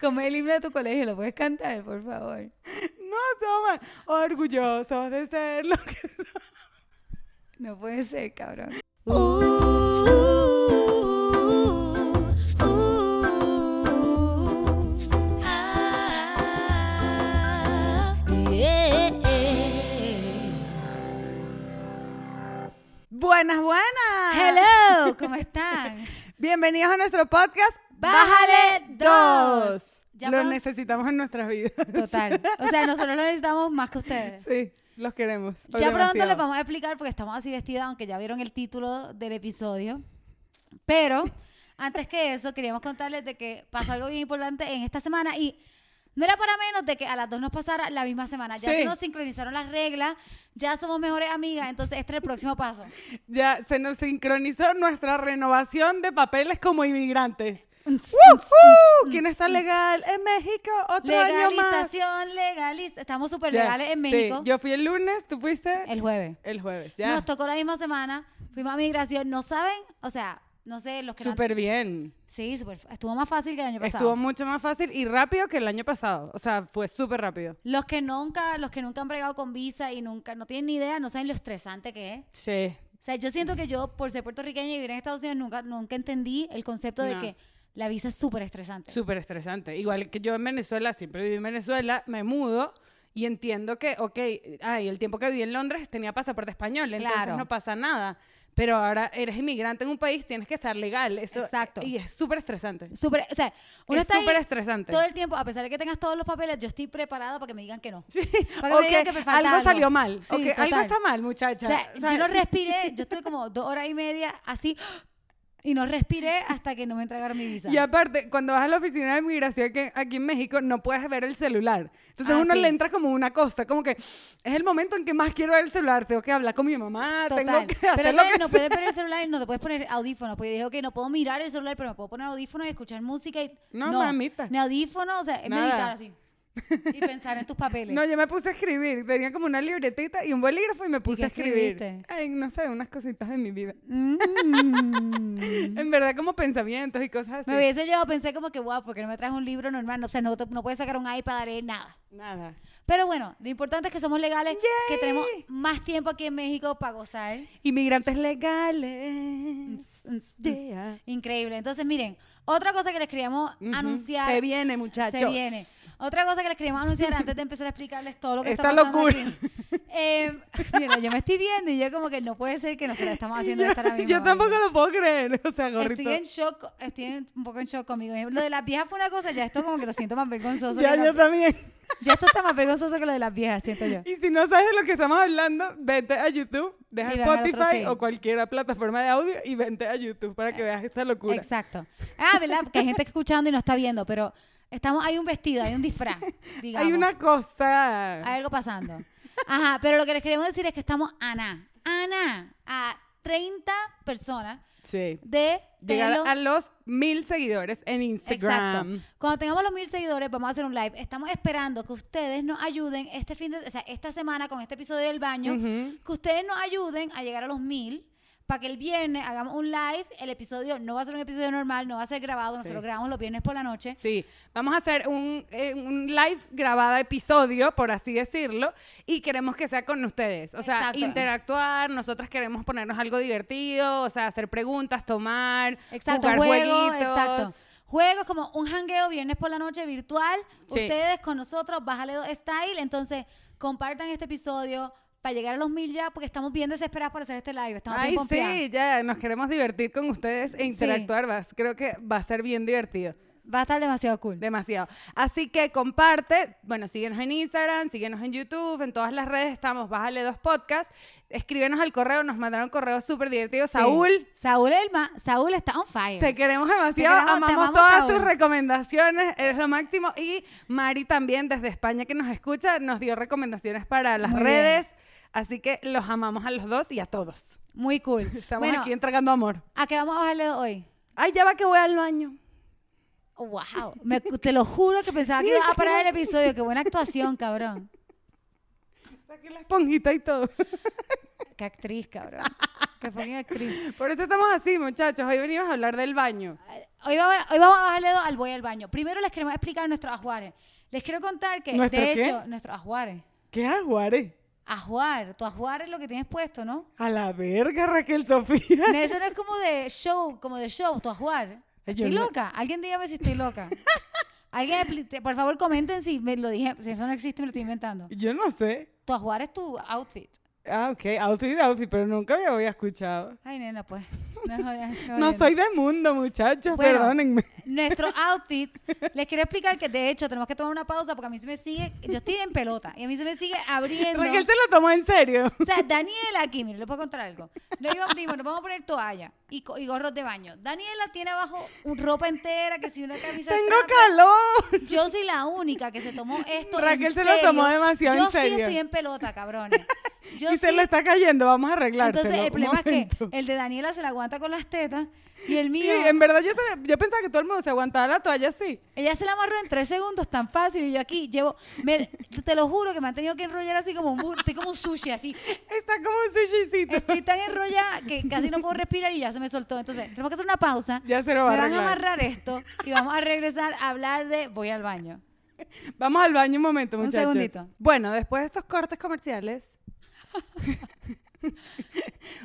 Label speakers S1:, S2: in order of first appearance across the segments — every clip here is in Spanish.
S1: Como el himno de tu colegio, ¿lo puedes cantar, por favor?
S2: No, toma. Orgullosos de ser lo que son.
S1: No puede ser, cabrón.
S2: Buenas, buenas.
S1: Hello, Ah, ¿cómo están?
S2: Bienvenidos a nuestro podcast
S1: Bájale dos.
S2: dos. Lo
S1: Llamado-
S2: necesitamos en nuestras vidas.
S1: Total. O sea, nosotros lo necesitamos más que ustedes.
S2: Sí, los queremos.
S1: Ya pronto les vamos a explicar porque estamos así vestidas, aunque ya vieron el título del episodio. Pero antes que eso, queríamos contarles de que pasó algo bien importante en esta semana y no era para menos de que a las dos nos pasara la misma semana. Ya
S2: Sí.
S1: se nos sincronizaron las reglas, ya somos mejores amigas, entonces este es el próximo paso.
S2: Ya se nos sincronizó nuestra renovación de papeles como inmigrantes. ¡Uh! ¿Quién está legal en México? Otro año más.
S1: Legalización, legaliz... Estamos súper
S2: Ya,
S1: legales en
S2: sí.
S1: México.
S2: Yo fui el lunes, tú fuiste el,
S1: El jueves.
S2: jueves. Ya.
S1: Nos tocó la misma semana, fuimos a migración, no saben, o sea, no sé, los que no han-
S2: Súper bien.
S1: Sí, súper. Estuvo más fácil que el año pasado.
S2: Estuvo mucho más fácil y rápido que el año pasado. O sea, fue súper rápido.
S1: Los que nunca, los que nunca han bregado con visa y nunca, no tienen ni idea, no saben lo estresante que es.
S2: Sí.
S1: O sea, yo siento que yo, por ser puertorriqueña y vivir en Estados Unidos, nunca, nunca entendí el concepto de
S2: No.
S1: que la visa es súper estresante.
S2: Súper estresante. Igual que yo en Venezuela, siempre viví en Venezuela, me mudo y entiendo que, ok, ay, el tiempo que viví en Londres tenía pasaporte español, entonces
S1: Claro.
S2: no pasa nada. Pero ahora eres inmigrante en un país, tienes que estar legal. Eso,
S1: Exacto.
S2: Y es súper estresante.
S1: Súper, o sea, uno
S2: es
S1: está ahí
S2: súper estresante.
S1: todo el tiempo, a pesar de que tengas todos los papeles, yo estoy preparada para que me digan que no. para que
S2: O
S1: me digan
S2: que
S1: que me falta
S2: algo,
S1: algo.
S2: salió mal.
S1: Sí,
S2: o que algo
S1: total.
S2: está mal,
S1: O
S2: muchacha.
S1: sea,
S2: O sea,
S1: yo no respiré, yo estuve como dos horas y media así y no respiré hasta que no me entregaron mi visa.
S2: y aparte, cuando vas a la oficina de migración que aquí en México, no puedes ver el celular. Entonces
S1: Ah,
S2: uno
S1: sí.
S2: le entra como una cosa, como que es el momento en que más quiero ver el celular. Tengo que hablar con mi mamá, tengo
S1: Total.
S2: que
S1: pero
S2: hacer lo
S1: ¿sabes?
S2: que
S1: no
S2: sea.
S1: puedes ver el celular, no te puedes poner audífonos. Porque dije, ok, no puedo mirar el celular, pero me puedo poner audífonos y escuchar música. Y...
S2: No, mamita.
S1: Ni audífonos, o sea, es
S2: Nada.
S1: meditar así. Y pensar en tus papeles.
S2: No, yo me puse a escribir. Tenía como una libretita y un bolígrafo y me puse
S1: qué
S2: a escribir.
S1: escribiste?
S2: Ay, no sé, unas cositas de mi vida.
S1: Mm.
S2: En verdad, como pensamientos y cosas así.
S1: me hubiese llevado, pensé como que, wow, porque no me traes un libro normal? No, o sea, no, te- no puedes sacar un iPad, leer nada.
S2: Nada.
S1: Pero bueno, lo importante es que somos legales, que tenemos más tiempo aquí en México para gozar.
S2: Inmigrantes legales. Yeah.
S1: Increíble. Entonces, miren, otra cosa que les queríamos
S2: Ujú.
S1: anunciar.
S2: Se viene, muchachos.
S1: Se viene. Otra cosa que les queríamos anunciar antes de empezar a explicarles todo lo que
S2: Esta
S1: está pasando
S2: locura.
S1: aquí. Eh, mira, yo me estoy viendo y yo como que no puede ser que nosotros estamos haciendo esta ahora mismo.
S2: Yo tampoco
S1: ¿vale?
S2: lo puedo creer. O sea, gorrito.
S1: Estoy en shock, estoy en- un poco en shock conmigo. misma. Lo de las viejas fue una cosa, ya esto como que lo siento más vergonzoso.
S2: Ya,
S1: que la-
S2: yo también.
S1: ya esto está más vergonzoso que lo de las viejas, siento yo.
S2: Y si no sabes de lo que estamos hablando, vete a YouTube, deja
S1: Y ves al otro
S2: Spotify
S1: sí. Eh,
S2: o cualquier plataforma de audio y vente a YouTube para que veas esta locura.
S1: Exacto. Ah, ¿verdad? Porque hay gente escuchando y no está viendo, pero estamos, hay un vestido, hay un disfraz, digamos.
S2: Hay una cosa.
S1: Hay algo pasando. Ajá, pero lo que les queremos decir es que estamos Ana, Ana, a 30 personas
S2: Sí.
S1: de
S2: Llegar
S1: tenerlo-
S2: a los mil seguidores en Instagram.
S1: Exacto. Cuando tengamos los mil seguidores, vamos a hacer un live. Estamos esperando que ustedes nos ayuden este fin de, o sea, esta semana con este episodio del baño,
S2: Ujú.
S1: que ustedes nos ayuden a llegar a los mil. Para que el viernes hagamos un live, el episodio no va a ser un episodio normal, no va a ser grabado, nosotros grabamos los viernes por la noche.
S2: Sí, vamos a hacer un, eh, un live grabada episodio, por así decirlo, y queremos que sea con ustedes. O sea,
S1: Exacto.
S2: interactuar, nosotras queremos ponernos algo divertido, o sea, hacer preguntas, tomar,
S1: Exacto,
S2: jugar
S1: juegos,
S2: jueguitos.
S1: exacto. Juegos como un hangueo viernes por la noche virtual.
S2: Sí.
S1: Ustedes con nosotros, Bájale dos Style. Entonces, compartan este episodio para llegar a los mil ya, porque estamos bien desesperados por hacer este live. Estamos
S2: Ay,
S1: bien pompeadas.
S2: sí, ya, nos queremos divertir con ustedes e interactuar más. Creo que va a ser bien divertido.
S1: Va a estar demasiado cool.
S2: Demasiado. Así que comparte, bueno, síguenos en Instagram, síguenos en YouTube, en todas las redes estamos, bájale dos podcasts, escríbenos al correo, nos mandaron correos súper divertidos.
S1: Sí.
S2: Saúl,
S1: Saúl Elma. Saúl está on fire.
S2: te queremos demasiado,
S1: queremos, te
S2: amamos,
S1: amamos,
S2: todas
S1: Saúl.
S2: tus recomendaciones, eres lo máximo. Y Mari también desde España que nos escucha, nos dio recomendaciones para las
S1: Muy bien.
S2: redes, así que los amamos a los dos y a todos.
S1: Muy cool.
S2: Estamos
S1: Bueno,
S2: aquí entregando amor.
S1: ¿A qué vamos a bajarle dos hoy?
S2: Ay, ya va que voy al baño.
S1: Wow. Me- te lo juro que pensaba que iba a parar el episodio. Qué buena actuación, cabrón.
S2: Saqué la esponjita y todo.
S1: Qué actriz, cabrón. Qué fucking actriz.
S2: Por eso estamos así, muchachos. Hoy venimos a hablar del baño.
S1: Hoy vamos, hoy vamos a bajarle dos al voy al baño. Primero les queremos explicar nuestros ajuares. Les quiero contar que,
S2: ¿Nuestro
S1: de
S2: qué?
S1: hecho, nuestros ajuares.
S2: ¿Qué aguare?
S1: Ajuar, tu ajuar es lo que tienes puesto, ¿no?
S2: A la verga, Raquel Sofía.
S1: Eso no es como de show, como de show, tu ajuar.
S2: Ay,
S1: Estoy
S2: yo no-
S1: loca. Alguien dígame si estoy loca. Alguien, expli- por favor, comenten si me lo dije, si eso no existe, me lo estoy inventando.
S2: Yo no sé.
S1: Tu ajuar es tu outfit.
S2: Ah, ok, outfit, outfit, pero nunca me había escuchado.
S1: Ay, nena, pues. No, jodas, qué
S2: No
S1: jodiendo.
S2: soy de mundo, muchachos,
S1: Bueno.
S2: perdónenme.
S1: Nuestro outfit, les quiero explicar que de hecho tenemos que tomar una pausa porque a mí se me sigue, yo estoy en pelota y a mí se me sigue abriendo.
S2: Raquel se lo tomó en serio.
S1: O sea, Daniela aquí, mire, le puedo contar algo. Nos íbamos, dijimos, nos vamos a poner toalla y, co- y gorros de baño. Daniela tiene abajo un ropa entera, que si una camisa.
S2: Tengo
S1: strap.
S2: calor.
S1: Yo soy la única que se tomó esto. en
S2: Raquel se lo
S1: serio.
S2: tomó demasiado
S1: Yo
S2: en serio.
S1: sí estoy en pelota, cabrones. Yo
S2: y
S1: sí.
S2: se le está cayendo, vamos a arreglarlo.
S1: Entonces, el problema es que el de Daniela se la aguanta con las tetas y el
S2: Sí,
S1: mío.
S2: en verdad yo, se- yo pensaba que todo el mundo se aguantaba la toalla así.
S1: Ella se la amarró en tres segundos, tan fácil. Y yo aquí llevo. me- te lo juro que me han tenido que enrollar así como un, bur- estoy como un sushi, así.
S2: Está como un sushicito.
S1: Estoy tan enrollada que casi no puedo respirar y ya se me soltó. Entonces, tenemos que hacer una pausa.
S2: Ya se lo va
S1: Me van
S2: a
S1: a
S2: arreglar.
S1: amarrar esto y vamos a regresar a hablar de voy al baño.
S2: Vamos al baño un momento,
S1: Un
S2: muchachos.
S1: segundito.
S2: Bueno, después de estos cortes comerciales,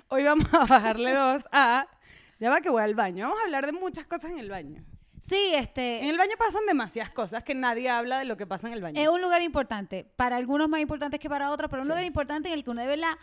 S2: hoy vamos a bajarle dos a... Ya va que voy al baño. Vamos a hablar de muchas cosas en el baño.
S1: Sí, este.
S2: En el baño pasan demasiadas cosas que nadie habla de lo que pasa en el baño.
S1: Es un lugar importante, para algunos más importantes que para otros, pero un lugar importante en el que uno de verdad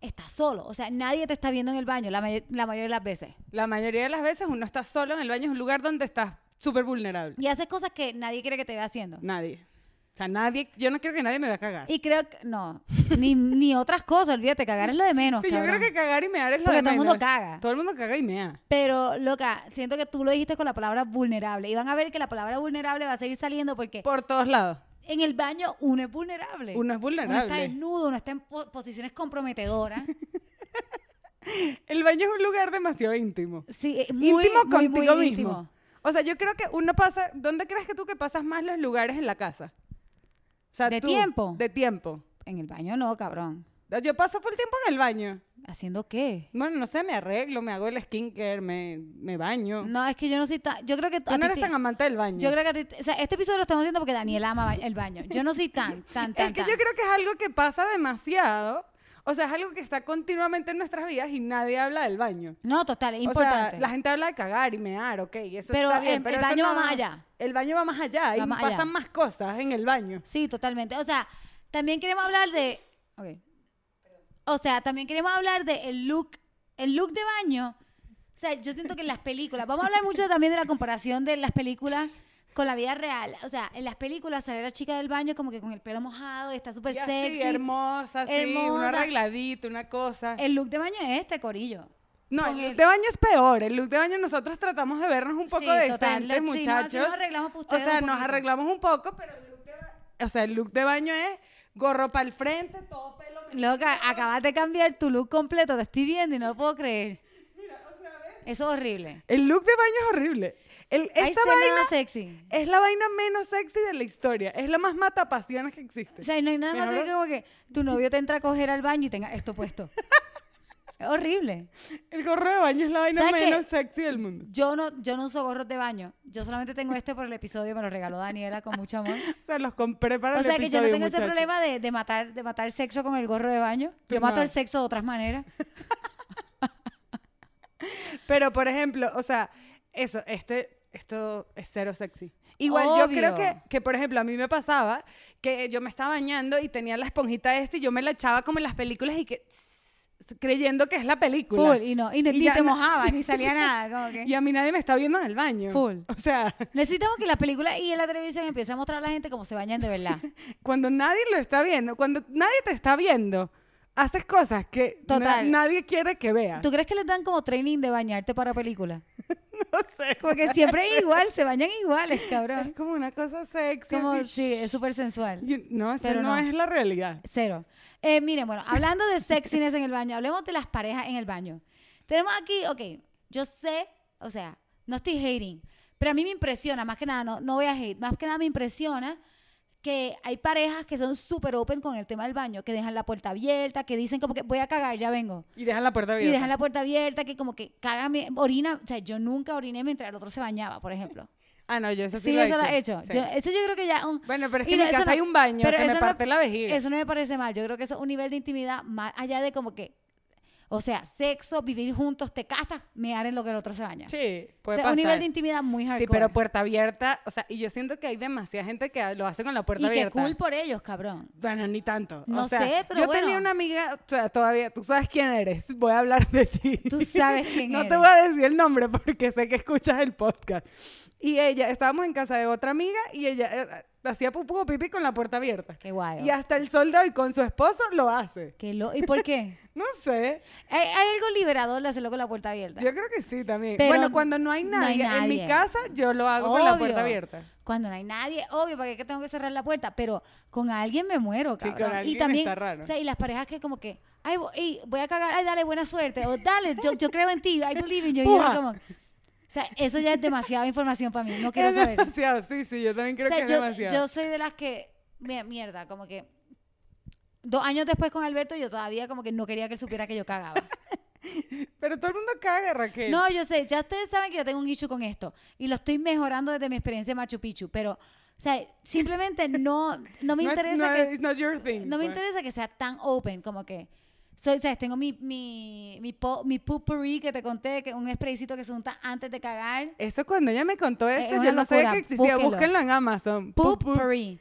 S1: está solo. O sea, nadie te está viendo en el baño la, may- la mayoría de las veces.
S2: La mayoría de las veces uno está solo en el baño, es un lugar donde estás súper vulnerable.
S1: Y haces cosas que nadie quiere que te vea haciendo.
S2: Nadie. O sea, nadie, yo no quiero que nadie me vea cagar.
S1: Y creo que, no, ni, ni otras cosas, olvídate, cagar es lo de menos.
S2: sí, yo creo
S1: cabrón.
S2: que cagar y mear es lo
S1: Porque
S2: de
S1: todo el mundo
S2: menos.
S1: caga.
S2: Todo el mundo caga y mea.
S1: Pero, loca, siento que tú lo dijiste con la palabra vulnerable. Y van a ver que la palabra vulnerable va a seguir saliendo porque
S2: Por todos lados.
S1: en el baño uno es vulnerable.
S2: Uno es
S1: Uno está
S2: vulnerable.
S1: desnudo, uno está en po- posiciones comprometedoras.
S2: El baño es un lugar demasiado íntimo.
S1: Sí, eh, muy,
S2: íntimo
S1: muy, muy
S2: contigo mismo.
S1: íntimo.
S2: O sea, yo creo que uno pasa. ¿Dónde crees que tú que pasas más los lugares en la casa? O sea,
S1: ¿De
S2: tú-
S1: tiempo?
S2: De tiempo.
S1: En el baño no, cabrón.
S2: Yo paso full tiempo en el baño.
S1: ¿Haciendo qué?
S2: Bueno, no sé, me arreglo, me hago el skincare, me, me baño.
S1: No, es que yo no soy tan. Yo creo que.
S2: Tú no eres tan amante del baño.
S1: Yo creo que a ti te- o sea, este episodio lo estamos haciendo porque Daniel ama ba- el baño. Yo no soy tan, tan, tan.
S2: es que
S1: tan.
S2: yo creo que es algo que pasa demasiado. O sea, es algo que está continuamente en nuestras vidas y nadie habla del baño.
S1: No, total, es
S2: O sea,
S1: importante.
S2: la gente habla de cagar y mear, ok, eso
S1: Pero
S2: está bien,
S1: el-
S2: pero
S1: el
S2: eso
S1: baño va
S2: no-
S1: más allá.
S2: El baño va más allá
S1: Va
S2: y
S1: más allá.
S2: pasan más cosas en el baño.
S1: Sí, totalmente. O sea, también queremos hablar de. ok. O sea, también queremos hablar de el look, el look de baño. O sea, yo siento que en las películas. Vamos a hablar mucho también de la comparación de las películas con la vida real. O sea, en las películas sale la chica del baño como que con el pelo mojado y está súper
S2: Y así,
S1: sexy.
S2: hermosa, sí,
S1: hermosa.
S2: una arregladita, una cosa.
S1: El look de baño es este, corillo.
S2: no,
S1: con
S2: el look
S1: el-
S2: de baño es peor. El look de baño nosotros tratamos de vernos un poco
S1: Sí, total,
S2: decentes,
S1: le- sí, no, así
S2: muchachos.
S1: nos arreglamos pa' ustedes
S2: o sea,
S1: un
S2: nos
S1: poquito.
S2: arreglamos un poco, pero el look de ba- o sea, el look de baño es gorro para el frente, todo pelo.
S1: Loca, acabas de cambiar tu look completo, te estoy viendo y no lo puedo creer. Eso es horrible.
S2: El look de baño es horrible. El,
S1: Hay
S2: esa
S1: escena
S2: vaina
S1: sexy.
S2: es la vaina menos sexy de la historia. Es la más mata pasiones que existe.
S1: O sea, no hay nada más
S2: Mejor
S1: que como que tu novio te entra a coger al baño y tenga esto puesto. es horrible.
S2: El gorro de baño es la vaina
S1: ¿Sabes qué?
S2: menos sexy del mundo.
S1: Yo no, yo no uso gorros de baño. Yo solamente tengo este por el episodio, me lo regaló Daniela con mucho amor.
S2: O sea, los compré para
S1: O
S2: el
S1: sea que yo no
S2: episodio,
S1: tengo ese
S2: muchachos.
S1: problema de, de matar, de matar sexo con el gorro de baño. Yo mato
S2: no.
S1: el sexo de otras maneras.
S2: Pero, por ejemplo, o sea, eso, este, esto es cero sexy. Igual yo creo que,
S1: Obvio.
S2: que, por ejemplo, a mí me pasaba que yo me estaba bañando y tenía la esponjita esta y yo me la echaba como en las películas y que tss, creyendo que es la película.
S1: Full. Y no, y, ni-
S2: Y
S1: ni
S2: ya
S1: te
S2: no-
S1: mojabas, ni salía nada. Como que.
S2: Y a mí nadie me está viendo en el baño.
S1: Full.
S2: O sea,
S1: Necesitamos que las películas y en la televisión empiece a mostrar a la gente cómo se bañan de verdad.
S2: cuando nadie lo está viendo, cuando nadie te está viendo, haces cosas que na-
S1: Total.
S2: nadie quiere que vea.
S1: ¿Tú crees que les dan como training de bañarte para película?
S2: No sé.
S1: Porque siempre es igual, se bañan iguales, cabrón.
S2: Es como una cosa sexy.
S1: Como,
S2: así,
S1: sí, es súper sensual.
S2: Y- no, eso
S1: Pero
S2: no,
S1: no.
S2: es la realidad.
S1: Cero. Eh, miren, bueno, hablando de sexiness en el baño, hablemos de las parejas en el baño. Tenemos aquí, ok, yo sé, o sea, no estoy hating, pero a mí me impresiona, más que nada, no, no voy a hate, más que nada me impresiona que hay parejas que son súper open con el tema del baño, que dejan la puerta abierta, que dicen como que voy a cagar, ya vengo.
S2: Y dejan la puerta abierta.
S1: Y dejan la puerta abierta, que como que caga, mi- orina. O sea, yo nunca oriné mientras el otro se bañaba, por ejemplo.
S2: Ah, no, yo eso
S1: Sí,
S2: sí, lo he
S1: eso lo he
S2: hecho.
S1: hecho.
S2: Sí.
S1: Yo- eso yo creo que ya... un-
S2: Bueno, pero es
S1: y
S2: que en mi
S1: eso
S2: casa hay un baño, se me
S1: eso
S2: parte la vejiga.
S1: Eso no me parece mal. Yo creo que eso es un nivel de intimidad más allá de como que... O sea, sexo, vivir juntos, te casas, mear en lo que el otro se baña.
S2: Sí,
S1: o
S2: puede
S1: sea,
S2: pasar.
S1: un nivel de intimidad muy hardcore.
S2: sí, pero puerta abierta, o sea, y yo siento que hay demasiada gente que lo hace con la puerta
S1: Y qué
S2: abierta.
S1: cool por ellos, cabrón.
S2: Bueno, ni tanto. o
S1: No
S2: sea,
S1: sé, pero
S2: Yo
S1: bueno.
S2: tenía una amiga, o sea, todavía, tú sabes quién eres, voy a hablar de ti.
S1: Tú sabes quién
S2: no te
S1: eres.
S2: voy a decir el nombre porque sé que escuchas el podcast. Y ella, estábamos en casa de otra amiga y ella eh, hacía pupú o pipí con la puerta abierta.
S1: Qué guay.
S2: Y hasta el sol de hoy con su esposo lo hace.
S1: Qué lo- ¿Y por qué?
S2: No sé,
S1: hay, hay algo liberador de hacerlo con la puerta abierta.
S2: yo creo que sí también.
S1: Pero
S2: bueno, cuando no hay
S1: no hay
S2: nadie, en mi
S1: nadie.
S2: casa yo lo hago con la puerta
S1: Obvio.
S2: abierta.
S1: Cuando no hay nadie, obvio, ¿para qué que tengo que cerrar la puerta? Pero con alguien me muero,
S2: Sí,
S1: cabrón.
S2: con alguien
S1: y también,
S2: está raro.
S1: o sea, y las parejas que como que, ay, vo- ey, voy a cagar, ay, dale, buena suerte, o dale, yo, yo creo en ti, I believe in you. Y
S2: Puja.
S1: yo como, o sea, eso ya es demasiada información para mí, no quiero
S2: es
S1: saber.
S2: demasiado, sí, sí, yo también creo
S1: O sea,
S2: que es
S1: yo,
S2: demasiado.
S1: yo soy de las que, mi- mierda, como que dos años después con Alberto yo todavía como que no quería que él supiera que yo cagaba.
S2: Pero todo el mundo caga, Raquel.
S1: No, yo sé, ya ustedes saben que yo tengo un issue con esto y lo estoy mejorando desde mi experiencia en Machu Picchu, pero, o sea, simplemente no, no me
S2: No es-
S1: interesa
S2: no,
S1: que...
S2: it's not your thing,
S1: no me
S2: pues.
S1: interesa que sea tan open, como que. soy- ¿sabes? Tengo mi, mi, mi, po- mi potpourri que te conté, que un spraycito que se unta antes de cagar.
S2: Eso cuando ella me contó
S1: Es
S2: eso,
S1: una
S2: yo no sabía
S1: locura,
S2: que existía.
S1: búsquelo.
S2: Búsquenlo en Amazon. Pupu.
S1: Potpourri.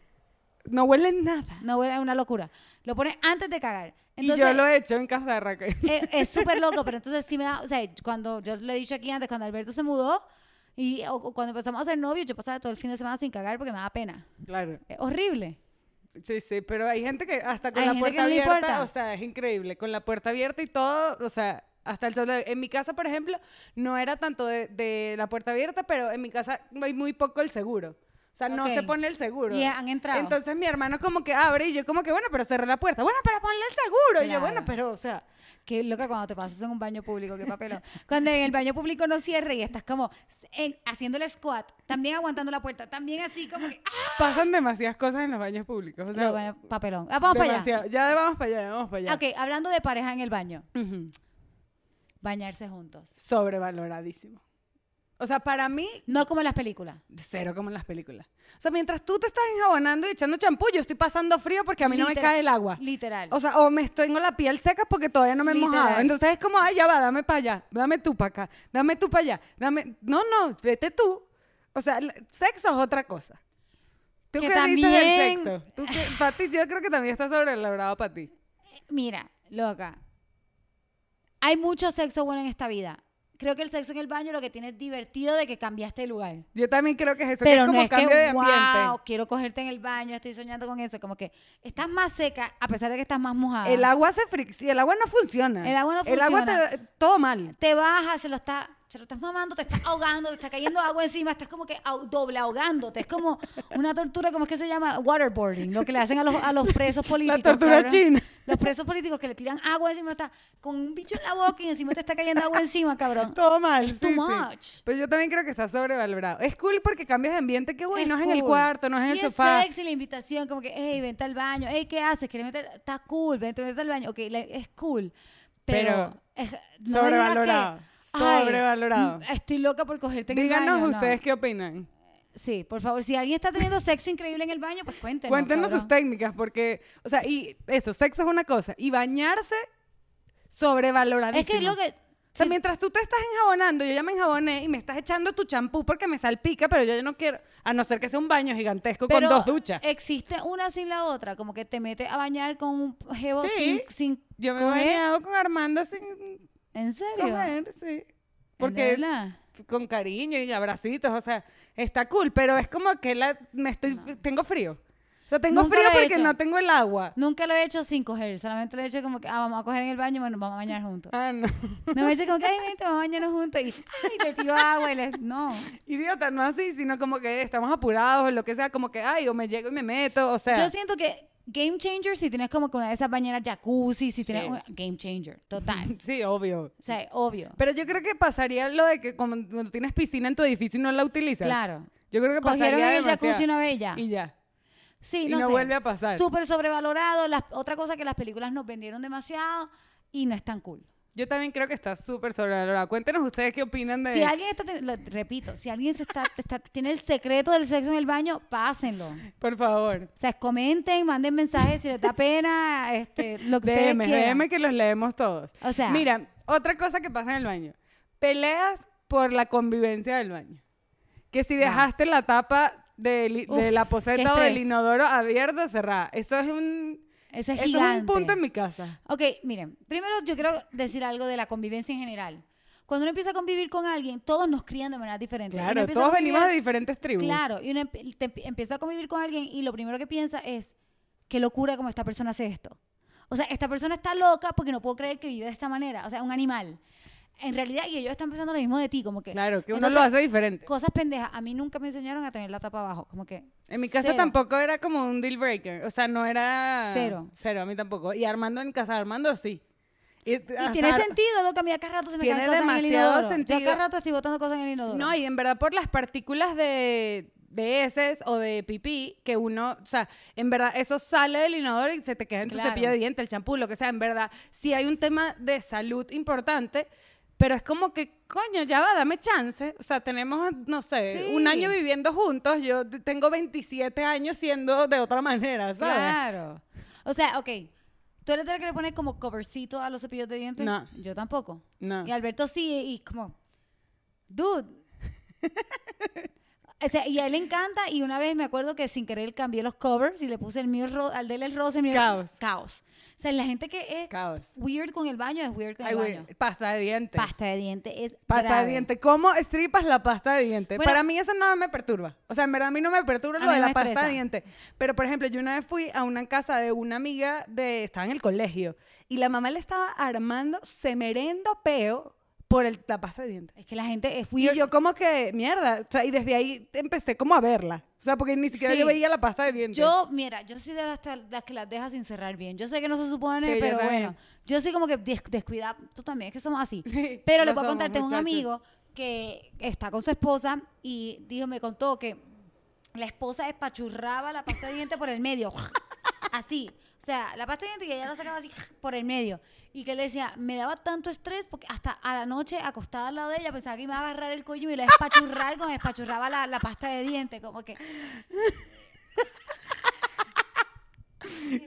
S2: No huelen nada.
S1: No, es una locura. Lo pones antes de cagar.
S2: y
S1: Entonces,
S2: yo lo he hecho en casa de Raquel.
S1: es- es súper loco, pero entonces sí me da. O sea, cuando yo le he dicho aquí antes, cuando Alberto se mudó y o- o cuando empezamos a ser novios, yo pasaba todo el fin de semana sin cagar porque me da pena.
S2: Claro.
S1: Es horrible.
S2: Sí, sí, pero hay gente que hasta con
S1: Hay
S2: la
S1: gente que
S2: puerta
S1: no le
S2: abierta,
S1: importa.
S2: o sea, es increíble. Con la puerta abierta y todo, o sea, hasta el sol. de hoy. En mi casa, por ejemplo, no era tanto de, de la puerta abierta, pero en mi casa hay muy poco el seguro. O sea, no
S1: Ok.
S2: se pone el seguro.
S1: Y han entrado.
S2: Entonces mi hermano como que abre y yo como que, bueno, pero cerré la puerta. Bueno, pero ponle el seguro. Y yo,
S1: Claro.
S2: bueno, pero, o sea,
S1: Qué loca cuando te pasas en un baño público, qué papelón. Cuando en el baño público no cierre y estás como en- haciendo el squat, también aguantando la puerta, también así como que. ¡ah!
S2: pasan demasiadas cosas en los baños públicos. O sea,
S1: Los baños- papelón. Ah, vamos para allá.
S2: Demasiado. Ya vamos para allá, vamos para allá.
S1: Ok, hablando de pareja en el baño,
S2: Ujú.
S1: bañarse juntos.
S2: Sobrevaloradísimo. O sea, para mí,
S1: No como en las películas.
S2: cero como en las películas. O sea, mientras tú te estás enjabonando y echando champú, yo estoy pasando frío porque a mí no me
S1: Literal-
S2: cae el agua.
S1: Literal.
S2: Ah. O sea, o me tengo la piel seca porque todavía no me he mojado.
S1: Literal.
S2: Entonces es como, ay, ya va, dame para allá, dame tú para acá, dame tú para allá, dame... No, no, vete tú. O sea, el- sexo es otra cosa. ¿Tú
S1: Que
S2: qué
S1: también-
S2: dices del sexo? ¿Tú qué- pa' ti, yo creo que también está sobrevalorado para ti.
S1: Mira, loca. Hay mucho sexo bueno en esta vida. Creo que el sexo en el baño lo que tiene es divertido de que cambiaste de lugar.
S2: Yo también creo que es eso, que
S1: Pero
S2: es como
S1: no es
S2: cambio
S1: que,
S2: de ambiente.
S1: wow, quiero cogerte en el baño, estoy soñando con eso. Como que estás más seca a pesar de que estás más mojada.
S2: El agua hace fricción, el agua no funciona.
S1: El agua no funciona.
S2: te- todo mal.
S1: te baja, se lo está, se lo estás mamando, te estás ahogando, te está cayendo agua encima, estás como que au- doble ahogándote. Es como una tortura, ¿cómo es que se llama? Waterboarding, lo que le hacen a los, a los presos políticos.
S2: tortura china.
S1: Los presos políticos que le tiran agua encima, está con un bicho en la boca y encima te está cayendo agua encima, cabrón.
S2: Todo mal.
S1: It's too
S2: sí, sí.
S1: much.
S2: Pero yo también creo que está sobrevalorado. Es cool porque cambias de ambiente, qué bueno,
S1: Es
S2: no es en el
S1: cool.
S2: cuarto, no es en el
S1: Y
S2: sofá.
S1: Es sexy la invitación, como que, hey, vente al baño, hey, ¿qué haces? ¿Quieres meter? Está cool, vente, vete al baño. Ok, la- es cool. Pero.
S2: Pero
S1: es- no me digas que,
S2: sobrevalorado,
S1: "Ay,
S2: sobrevalorado".
S1: mm, Estoy loca por cogerte en el
S2: Díganos
S1: baño", no.
S2: ustedes qué opinan.
S1: Sí, por favor, si alguien está teniendo sexo increíble en el baño, pues cuéntenos.
S2: Cuéntenos
S1: cabrón.
S2: sus técnicas porque, o sea, y eso, sexo es una cosa y bañarse sobrevaloradísimo.
S1: Es que lo que.
S2: O sea,
S1: si-
S2: mientras tú te estás enjabonando, yo ya me enjaboné y me estás echando tu champú porque me salpica, pero yo ya no quiero, a no ser que sea un baño gigantesco
S1: pero eh,
S2: con dos duchas.
S1: Existe una sin la otra, como que te metes a bañar con un jebo
S2: Sí.
S1: sin, sin
S2: Yo me he
S1: coger.
S2: bañado con Armando sin
S1: ¿En serio?
S2: coger, sí.
S1: ¿De
S2: Porque
S1: verdad?
S2: con cariño y abracitos, o sea, está cool, pero es como que la, me estoy, tengo frío. O sea, tengo
S1: Nunca
S2: frío
S1: lo he
S2: porque
S1: hecho.
S2: no tengo el agua.
S1: Nunca lo he hecho sin coger, solamente lo he hecho como que, ah, vamos a coger en el baño, bueno, vamos a bañar juntos.
S2: Ah, no.
S1: No me he hecho como que, ay, vente, vamos a bañarnos juntos. Y, ay, le tiro agua y le. No.
S2: Idiota, no así, sino como que estamos apurados o lo que sea, como que, ay, o me llego y me meto, o sea.
S1: Yo siento que Game Changer, si tienes como que una de esas bañeras jacuzzi, si tienes
S2: Sí.
S1: una. Game Changer, total.
S2: Sí, obvio.
S1: O sea, obvio.
S2: Pero yo creo que pasaría lo de que como- cuando tienes piscina en tu edificio y no la utilizas.
S1: Claro.
S2: Yo creo que
S1: Cogieron
S2: pasaría
S1: en el jacuzzi
S2: demasiado.
S1: una vez y ya.
S2: Y ya.
S1: Sí,
S2: Y
S1: no,
S2: no
S1: sé.
S2: vuelve a pasar.
S1: Súper sobrevalorado. Las, otra cosa que las películas nos vendieron demasiado y no es tan cool.
S2: Yo también creo que está súper sobrevalorado. Cuéntenos ustedes qué opinan de
S1: Si alguien está, ten- lo- repito, si alguien se está, está- tiene el secreto del sexo en el baño, pásenlo. O
S2: Por favor.
S1: sea, comenten, manden mensajes si les da pena, este, lo que ustedes
S2: DM,
S1: quieran.
S2: DM que los leemos todos.
S1: O sea-
S2: Mira, otra cosa que pasa en el baño. Peleas por la convivencia del baño. Que si dejaste la tapa del i- de,
S1: Uf,
S2: la
S1: qué
S2: poseta o del
S1: estrés.
S2: inodoro abierta o cerrada. Eso es un...
S1: Eso es
S2: eso es
S1: gigante.
S2: un punto en mi casa.
S1: Ok, miren, primero yo quiero decir algo de la convivencia en general. Cuando uno empieza a convivir con alguien, todos nos crían de manera diferente. Uno
S2: Claro,
S1: empieza a
S2: todos
S1: convivir-
S2: venimos de diferentes tribus.
S1: Claro, y uno emp- te emp- empieza a convivir con alguien y lo primero que piensa es, qué locura como esta persona hace esto. O sea, esta persona está loca porque no puedo creer que vive de esta manera. O sea, un animal. En realidad, y ellos están pensando lo mismo de ti, como que...
S2: Claro, que uno
S1: Entonces,
S2: lo hace diferente.
S1: Cosas pendejas. A mí nunca me enseñaron a tener la tapa abajo, como que...
S2: En mi casa
S1: cero.
S2: tampoco era como un deal breaker. O sea, no era...
S1: Cero.
S2: Cero, a mí tampoco. Y Armando en casa de Armando, sí. Y,
S1: Y
S2: hasta
S1: tiene
S2: Ar-
S1: sentido, loco, a mí a cada rato se me
S2: Tiene
S1: caen cosas en el
S2: demasiado
S1: inodoro. Yo a
S2: sentido.
S1: cada rato estoy botando cosas en el inodoro.
S2: No, y en verdad por las partículas de, de heces o de pipí que uno, o sea, en verdad eso sale del inodoro y se te queda en tu
S1: Claro.
S2: cepillo de dientes, el champú, lo que sea. En verdad, sí hay un tema de salud importante, pero es como que, coño, ya va, dame chance. O sea, tenemos, no sé, un año
S1: Sí.
S2: viviendo juntos, yo t- tengo 27 años siendo de otra manera, ¿sabes?
S1: Claro. O sea, ok. ¿Tú eres de la que le pones como covercito a los cepillos de dientes?
S2: No.
S1: Yo tampoco.
S2: No.
S1: Y Alberto sí, y como, dude. O sea, y a él le encanta, y una vez me acuerdo que sin querer cambié los covers y le puse el mío ro- al de él el rosa y mío.
S2: Caos.
S1: Caos. O sea, la gente que es
S2: Caos.
S1: weird con el baño es weird con
S2: Ay,
S1: el
S2: güey,
S1: baño.
S2: Pasta de dientes.
S1: Pasta de dientes es
S2: Pasta
S1: grave.
S2: de diente. ¿Cómo estripas la pasta de diente?
S1: Bueno.
S2: Para mí eso no me perturba. O sea, en verdad a mí no me perturba
S1: A
S2: lo
S1: mí
S2: de
S1: me
S2: la pasta
S1: estresa.
S2: de diente. Pero, por ejemplo, yo una vez fui a una casa de una amiga de... Estaba en el colegio. Y la mamá le estaba armando semerendo peo por el, la pasta de diente.
S1: Es que la gente es
S2: Y
S1: weird.
S2: yo como que, mierda. O sea, y desde ahí empecé como a verla. O sea, porque ni siquiera
S1: Sí.
S2: yo veía la pasta de diente.
S1: Yo, mira, yo soy de las, tal- las que las deja sin cerrar bien. Yo sé que no se supone,
S2: Sí, yo
S1: pero
S2: también.
S1: bueno. Yo soy como que des- descuida. Tú también, es que somos así.
S2: Sí,
S1: Pero
S2: lo
S1: les voy a
S2: somos,
S1: contar, tengo un
S2: muchachos.
S1: amigo que está con su esposa y dijo, me contó que la esposa espachurraba la pasta de dientes por el medio. Así. O sea, la pasta de dientes y ella la sacaba así por el medio. Y que le decía, me daba tanto estrés porque hasta a la noche acostada al lado de ella pensaba que me iba a agarrar el cuello y me iba a espachurrar como espachurraba la, la pasta de dientes. Como que,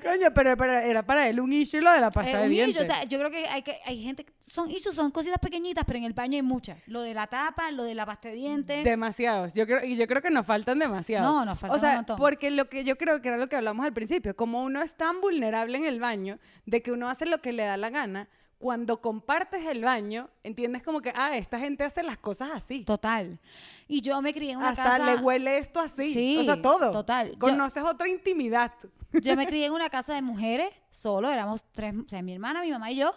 S2: Coño, pero, pero era para él un issue lo de la pasta
S1: Eh,
S2: de
S1: un
S2: diente.
S1: issue, o sea, yo creo que hay, que hay gente, son issues, son cositas pequeñitas, pero en el baño hay muchas. Lo de la tapa, lo de la pasta de dientes.
S2: Demasiados. Yo creo, y yo creo que nos faltan demasiados.
S1: Este No, nos faltan
S2: O sea,
S1: un montón.
S2: porque lo que yo creo que era lo que hablamos al principio, como uno es tan vulnerable en el baño, de que uno hace lo que le da la gana, cuando compartes el baño, entiendes como que, ah, esta gente hace las cosas así.
S1: total. Y yo me crié en una
S2: Hasta
S1: casa.
S2: le huele esto así.
S1: Sí,
S2: o sea, todo.
S1: total. Yo-
S2: Conoces otra intimidad.
S1: Yo me crié en una casa de mujeres, solo, éramos tres, o sea, mi hermana, mi mamá y yo.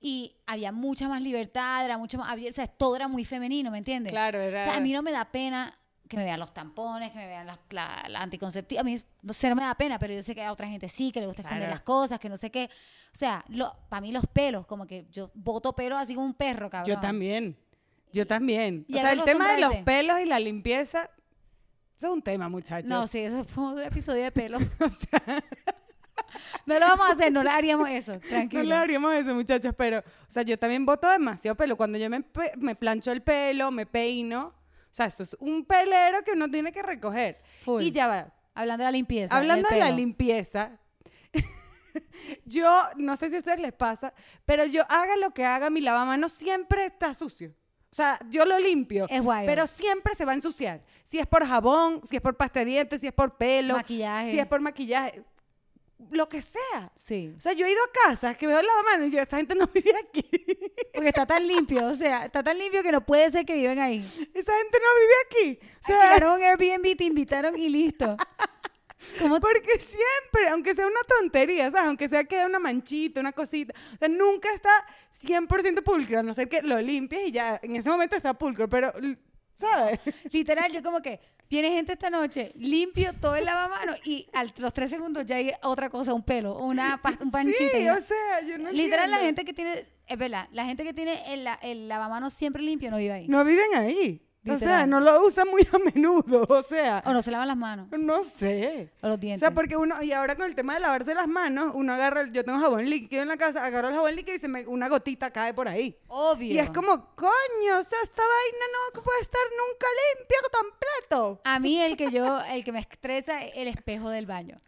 S1: Y había mucha más libertad, era mucho más abierto, o sea, todo era muy femenino, ¿me entiendes?
S2: Claro, era-
S1: O sea, a mí no me da pena que me vean los tampones, que me vean las- la, la anticonceptiva. A mí, no sé, no me da pena, pero yo sé que a otra gente sí, que le gusta esconder
S2: Claro.
S1: las cosas, que no sé qué. O sea, para mí los pelos, como que yo boto pelo así como un perro, cabrón.
S2: Yo también. Yo también.
S1: y
S2: o
S1: hay
S2: sea,
S1: que
S2: el tema de los
S1: acostumbrarse.
S2: pelos y la limpieza, eso es un tema, muchachos.
S1: No, sí, eso fue un episodio de pelo. no lo vamos a hacer, no le haríamos eso,
S2: No
S1: tranquilo.
S2: le abrimos eso, muchachos, pero, o sea, yo también boto demasiado pelo. Cuando yo me, pe- me plancho el pelo, me peino, o sea, esto es un pelero que uno tiene que recoger.
S1: Full.
S2: Y ya va.
S1: Hablando de la limpieza.
S2: Hablando
S1: del
S2: de la
S1: pelo.
S2: limpieza, yo, no sé si a ustedes les pasa, pero yo haga lo que haga, mi lavamanos siempre está sucio. O sea, yo lo limpio,
S1: Es wild.
S2: pero siempre se va a ensuciar. Si es por jabón, si es por pasta de dientes, si es por pelo,
S1: Maquillaje.
S2: si es por maquillaje, lo que sea.
S1: Sí.
S2: O sea, yo he ido a casas que veo el lavamanos y yo, esta gente no vive aquí.
S1: Porque está tan limpio, o sea, está tan limpio que no puede ser que viven ahí.
S2: Esa gente no vive aquí. O sea,
S1: Alquilaron un Airbnb, te invitaron y listo. ¿Cómo te-
S2: porque siempre, aunque sea una tontería, ¿sabes? Aunque sea que una manchita, una cosita. O sea, nunca está 100% pulcro, a no ser que lo limpies y ya en ese momento está pulcro, pero, l- ¿sabes?
S1: Literal, yo como que viene gente esta noche, limpio todo el lavamanos y a los tres segundos ya hay otra cosa, un pelo, una pas- un panchito.
S2: Sí, o sea, yo no
S1: Literal, la
S2: entiendo.
S1: eh, gente que tiene, es verdad, la gente que tiene el, la- el lavamanos siempre limpio no vive ahí.
S2: No viven ahí. O sea,
S1: literal.
S2: no lo usa muy a menudo, o sea,
S1: O no se lavan las manos.
S2: no sé.
S1: O los
S2: O
S1: dientes.
S2: sea, porque uno, y ahora con el tema de lavarse las manos, uno agarra, el- yo tengo jabón líquido en la casa, agarro el jabón líquido y se me, una gotita cae por ahí.
S1: Obvio.
S2: Y es como, coño, o sea, esta vaina no puede estar nunca limpia completo.
S1: A mí el que yo, el que me estresa es el espejo del baño.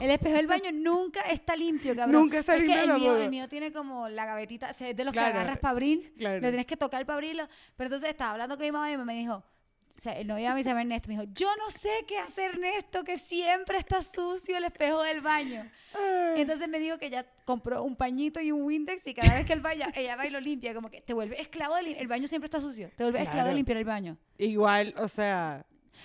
S1: El espejo del baño nunca está limpio, cabrón.
S2: Nunca está
S1: Es que
S2: limpio
S1: el
S2: la
S1: mío,
S2: boda.
S1: el mío tiene como la gavetita, o sea, es de los
S2: Claro,
S1: que agarras para abrir.
S2: claro.
S1: Lo tienes que tocar para abrirlo. Pero entonces estaba hablando con mi mamá y mi mamá me dijo, o sea, el novio de mi se llama Ernesto, me dijo, yo no sé qué hace Ernesto, que siempre está sucio el espejo del baño. Entonces me dijo que ella compró un pañito y un Windex y cada vez que él vaya, ella va y lo limpia, como que te vuelve esclavo de lim- el baño siempre está sucio, te vuelve esclavo de
S2: Claro.
S1: limpiar el baño.
S2: Igual, o sea,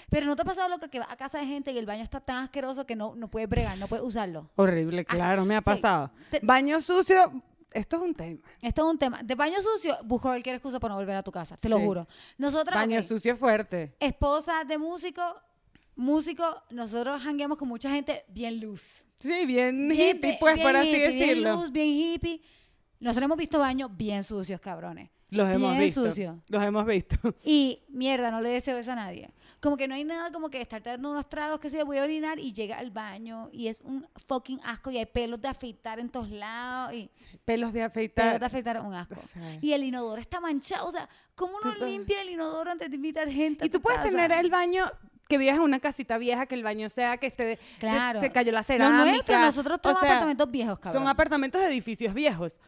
S1: Pero ¿no te ha pasado loco que vas a casa de gente y el baño está tan asqueroso que no, no puedes bregar, no puedes usarlo?
S2: horrible,
S1: Ah,
S2: claro, me ha
S1: sí.
S2: pasado.
S1: Te-
S2: Baño sucio, esto es un tema.
S1: Esto es un tema. De baño sucio, busca cualquier excusa para no volver a tu casa, te lo
S2: Sí.
S1: juro. Nosotros,
S2: Baño
S1: ok,
S2: sucio fuerte.
S1: esposas de músico, músico, nosotros jangueamos con mucha gente bien luz.
S2: Sí, bien,
S1: Bien
S2: hippie,
S1: de-
S2: pues,
S1: bien
S2: por así
S1: hippie, Bien
S2: decirlo.
S1: luz, bien hippie. Nosotros hemos visto baños bien sucios, cabrones.
S2: Los hemos
S1: bien
S2: visto.
S1: sucio.
S2: Los hemos visto.
S1: Y mierda, no le deseo eso a nadie. Como que no hay nada como que estar dando unos tragos que se voy a orinar y llega al baño y es un fucking asco y hay pelos de afeitar en todos lados y
S2: Pelos de
S1: pelos
S2: afeitar.
S1: de afeitar un asco.
S2: O sea.
S1: Y el inodoro está manchado, o sea, ¿cómo
S2: Tú
S1: no
S2: ta-
S1: limpia el inodoro antes de invitar gente? a
S2: Y tú
S1: tu
S2: puedes
S1: casa?
S2: tener el baño que vives en una casita vieja, que el baño sea que esté se-
S1: Claro.
S2: se, cayó la
S1: Lo
S2: cerámica.
S1: nuestro, nosotros
S2: O
S1: somos
S2: sea,
S1: apartamentos viejos, cabrón.
S2: Son apartamentos de edificios viejos.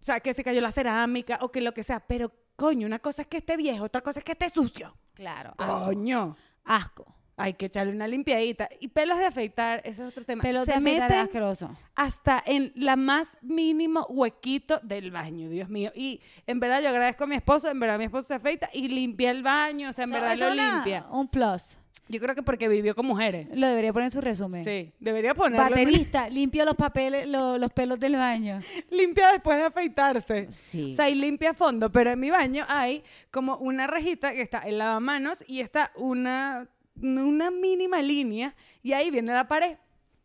S2: O sea, que se cayó la cerámica o que lo que sea, pero coño, una cosa es que esté viejo, otra cosa es que esté sucio.
S1: claro.
S2: Ah.
S1: asco.
S2: Coño.
S1: Asco.
S2: Hay que echarle una limpiadita. Y pelos de afeitar, ese es otro tema.
S1: Pelos
S2: se
S1: de afeitar es
S2: meten
S1: asqueroso.
S2: hasta en la más mínimo huequito del baño, Dios mío. Y en verdad yo agradezco a mi esposo, en verdad mi esposo se afeita y limpia el baño, o sea, en
S1: Eso-
S2: verdad
S1: eso
S2: lo
S1: es una-
S2: limpia.
S1: Un plus.
S2: Yo creo que porque vivió con mujeres.
S1: Lo debería poner en su resumen.
S2: Sí, debería ponerlo. en-
S1: Baterista, limpia los papeles, lo- los pelos del baño.
S2: limpia después de afeitarse.
S1: Sí.
S2: O sea, y limpia a fondo, pero en mi baño hay como una rejita que está el lavamanos y está una, una mínima línea y ahí viene la pared.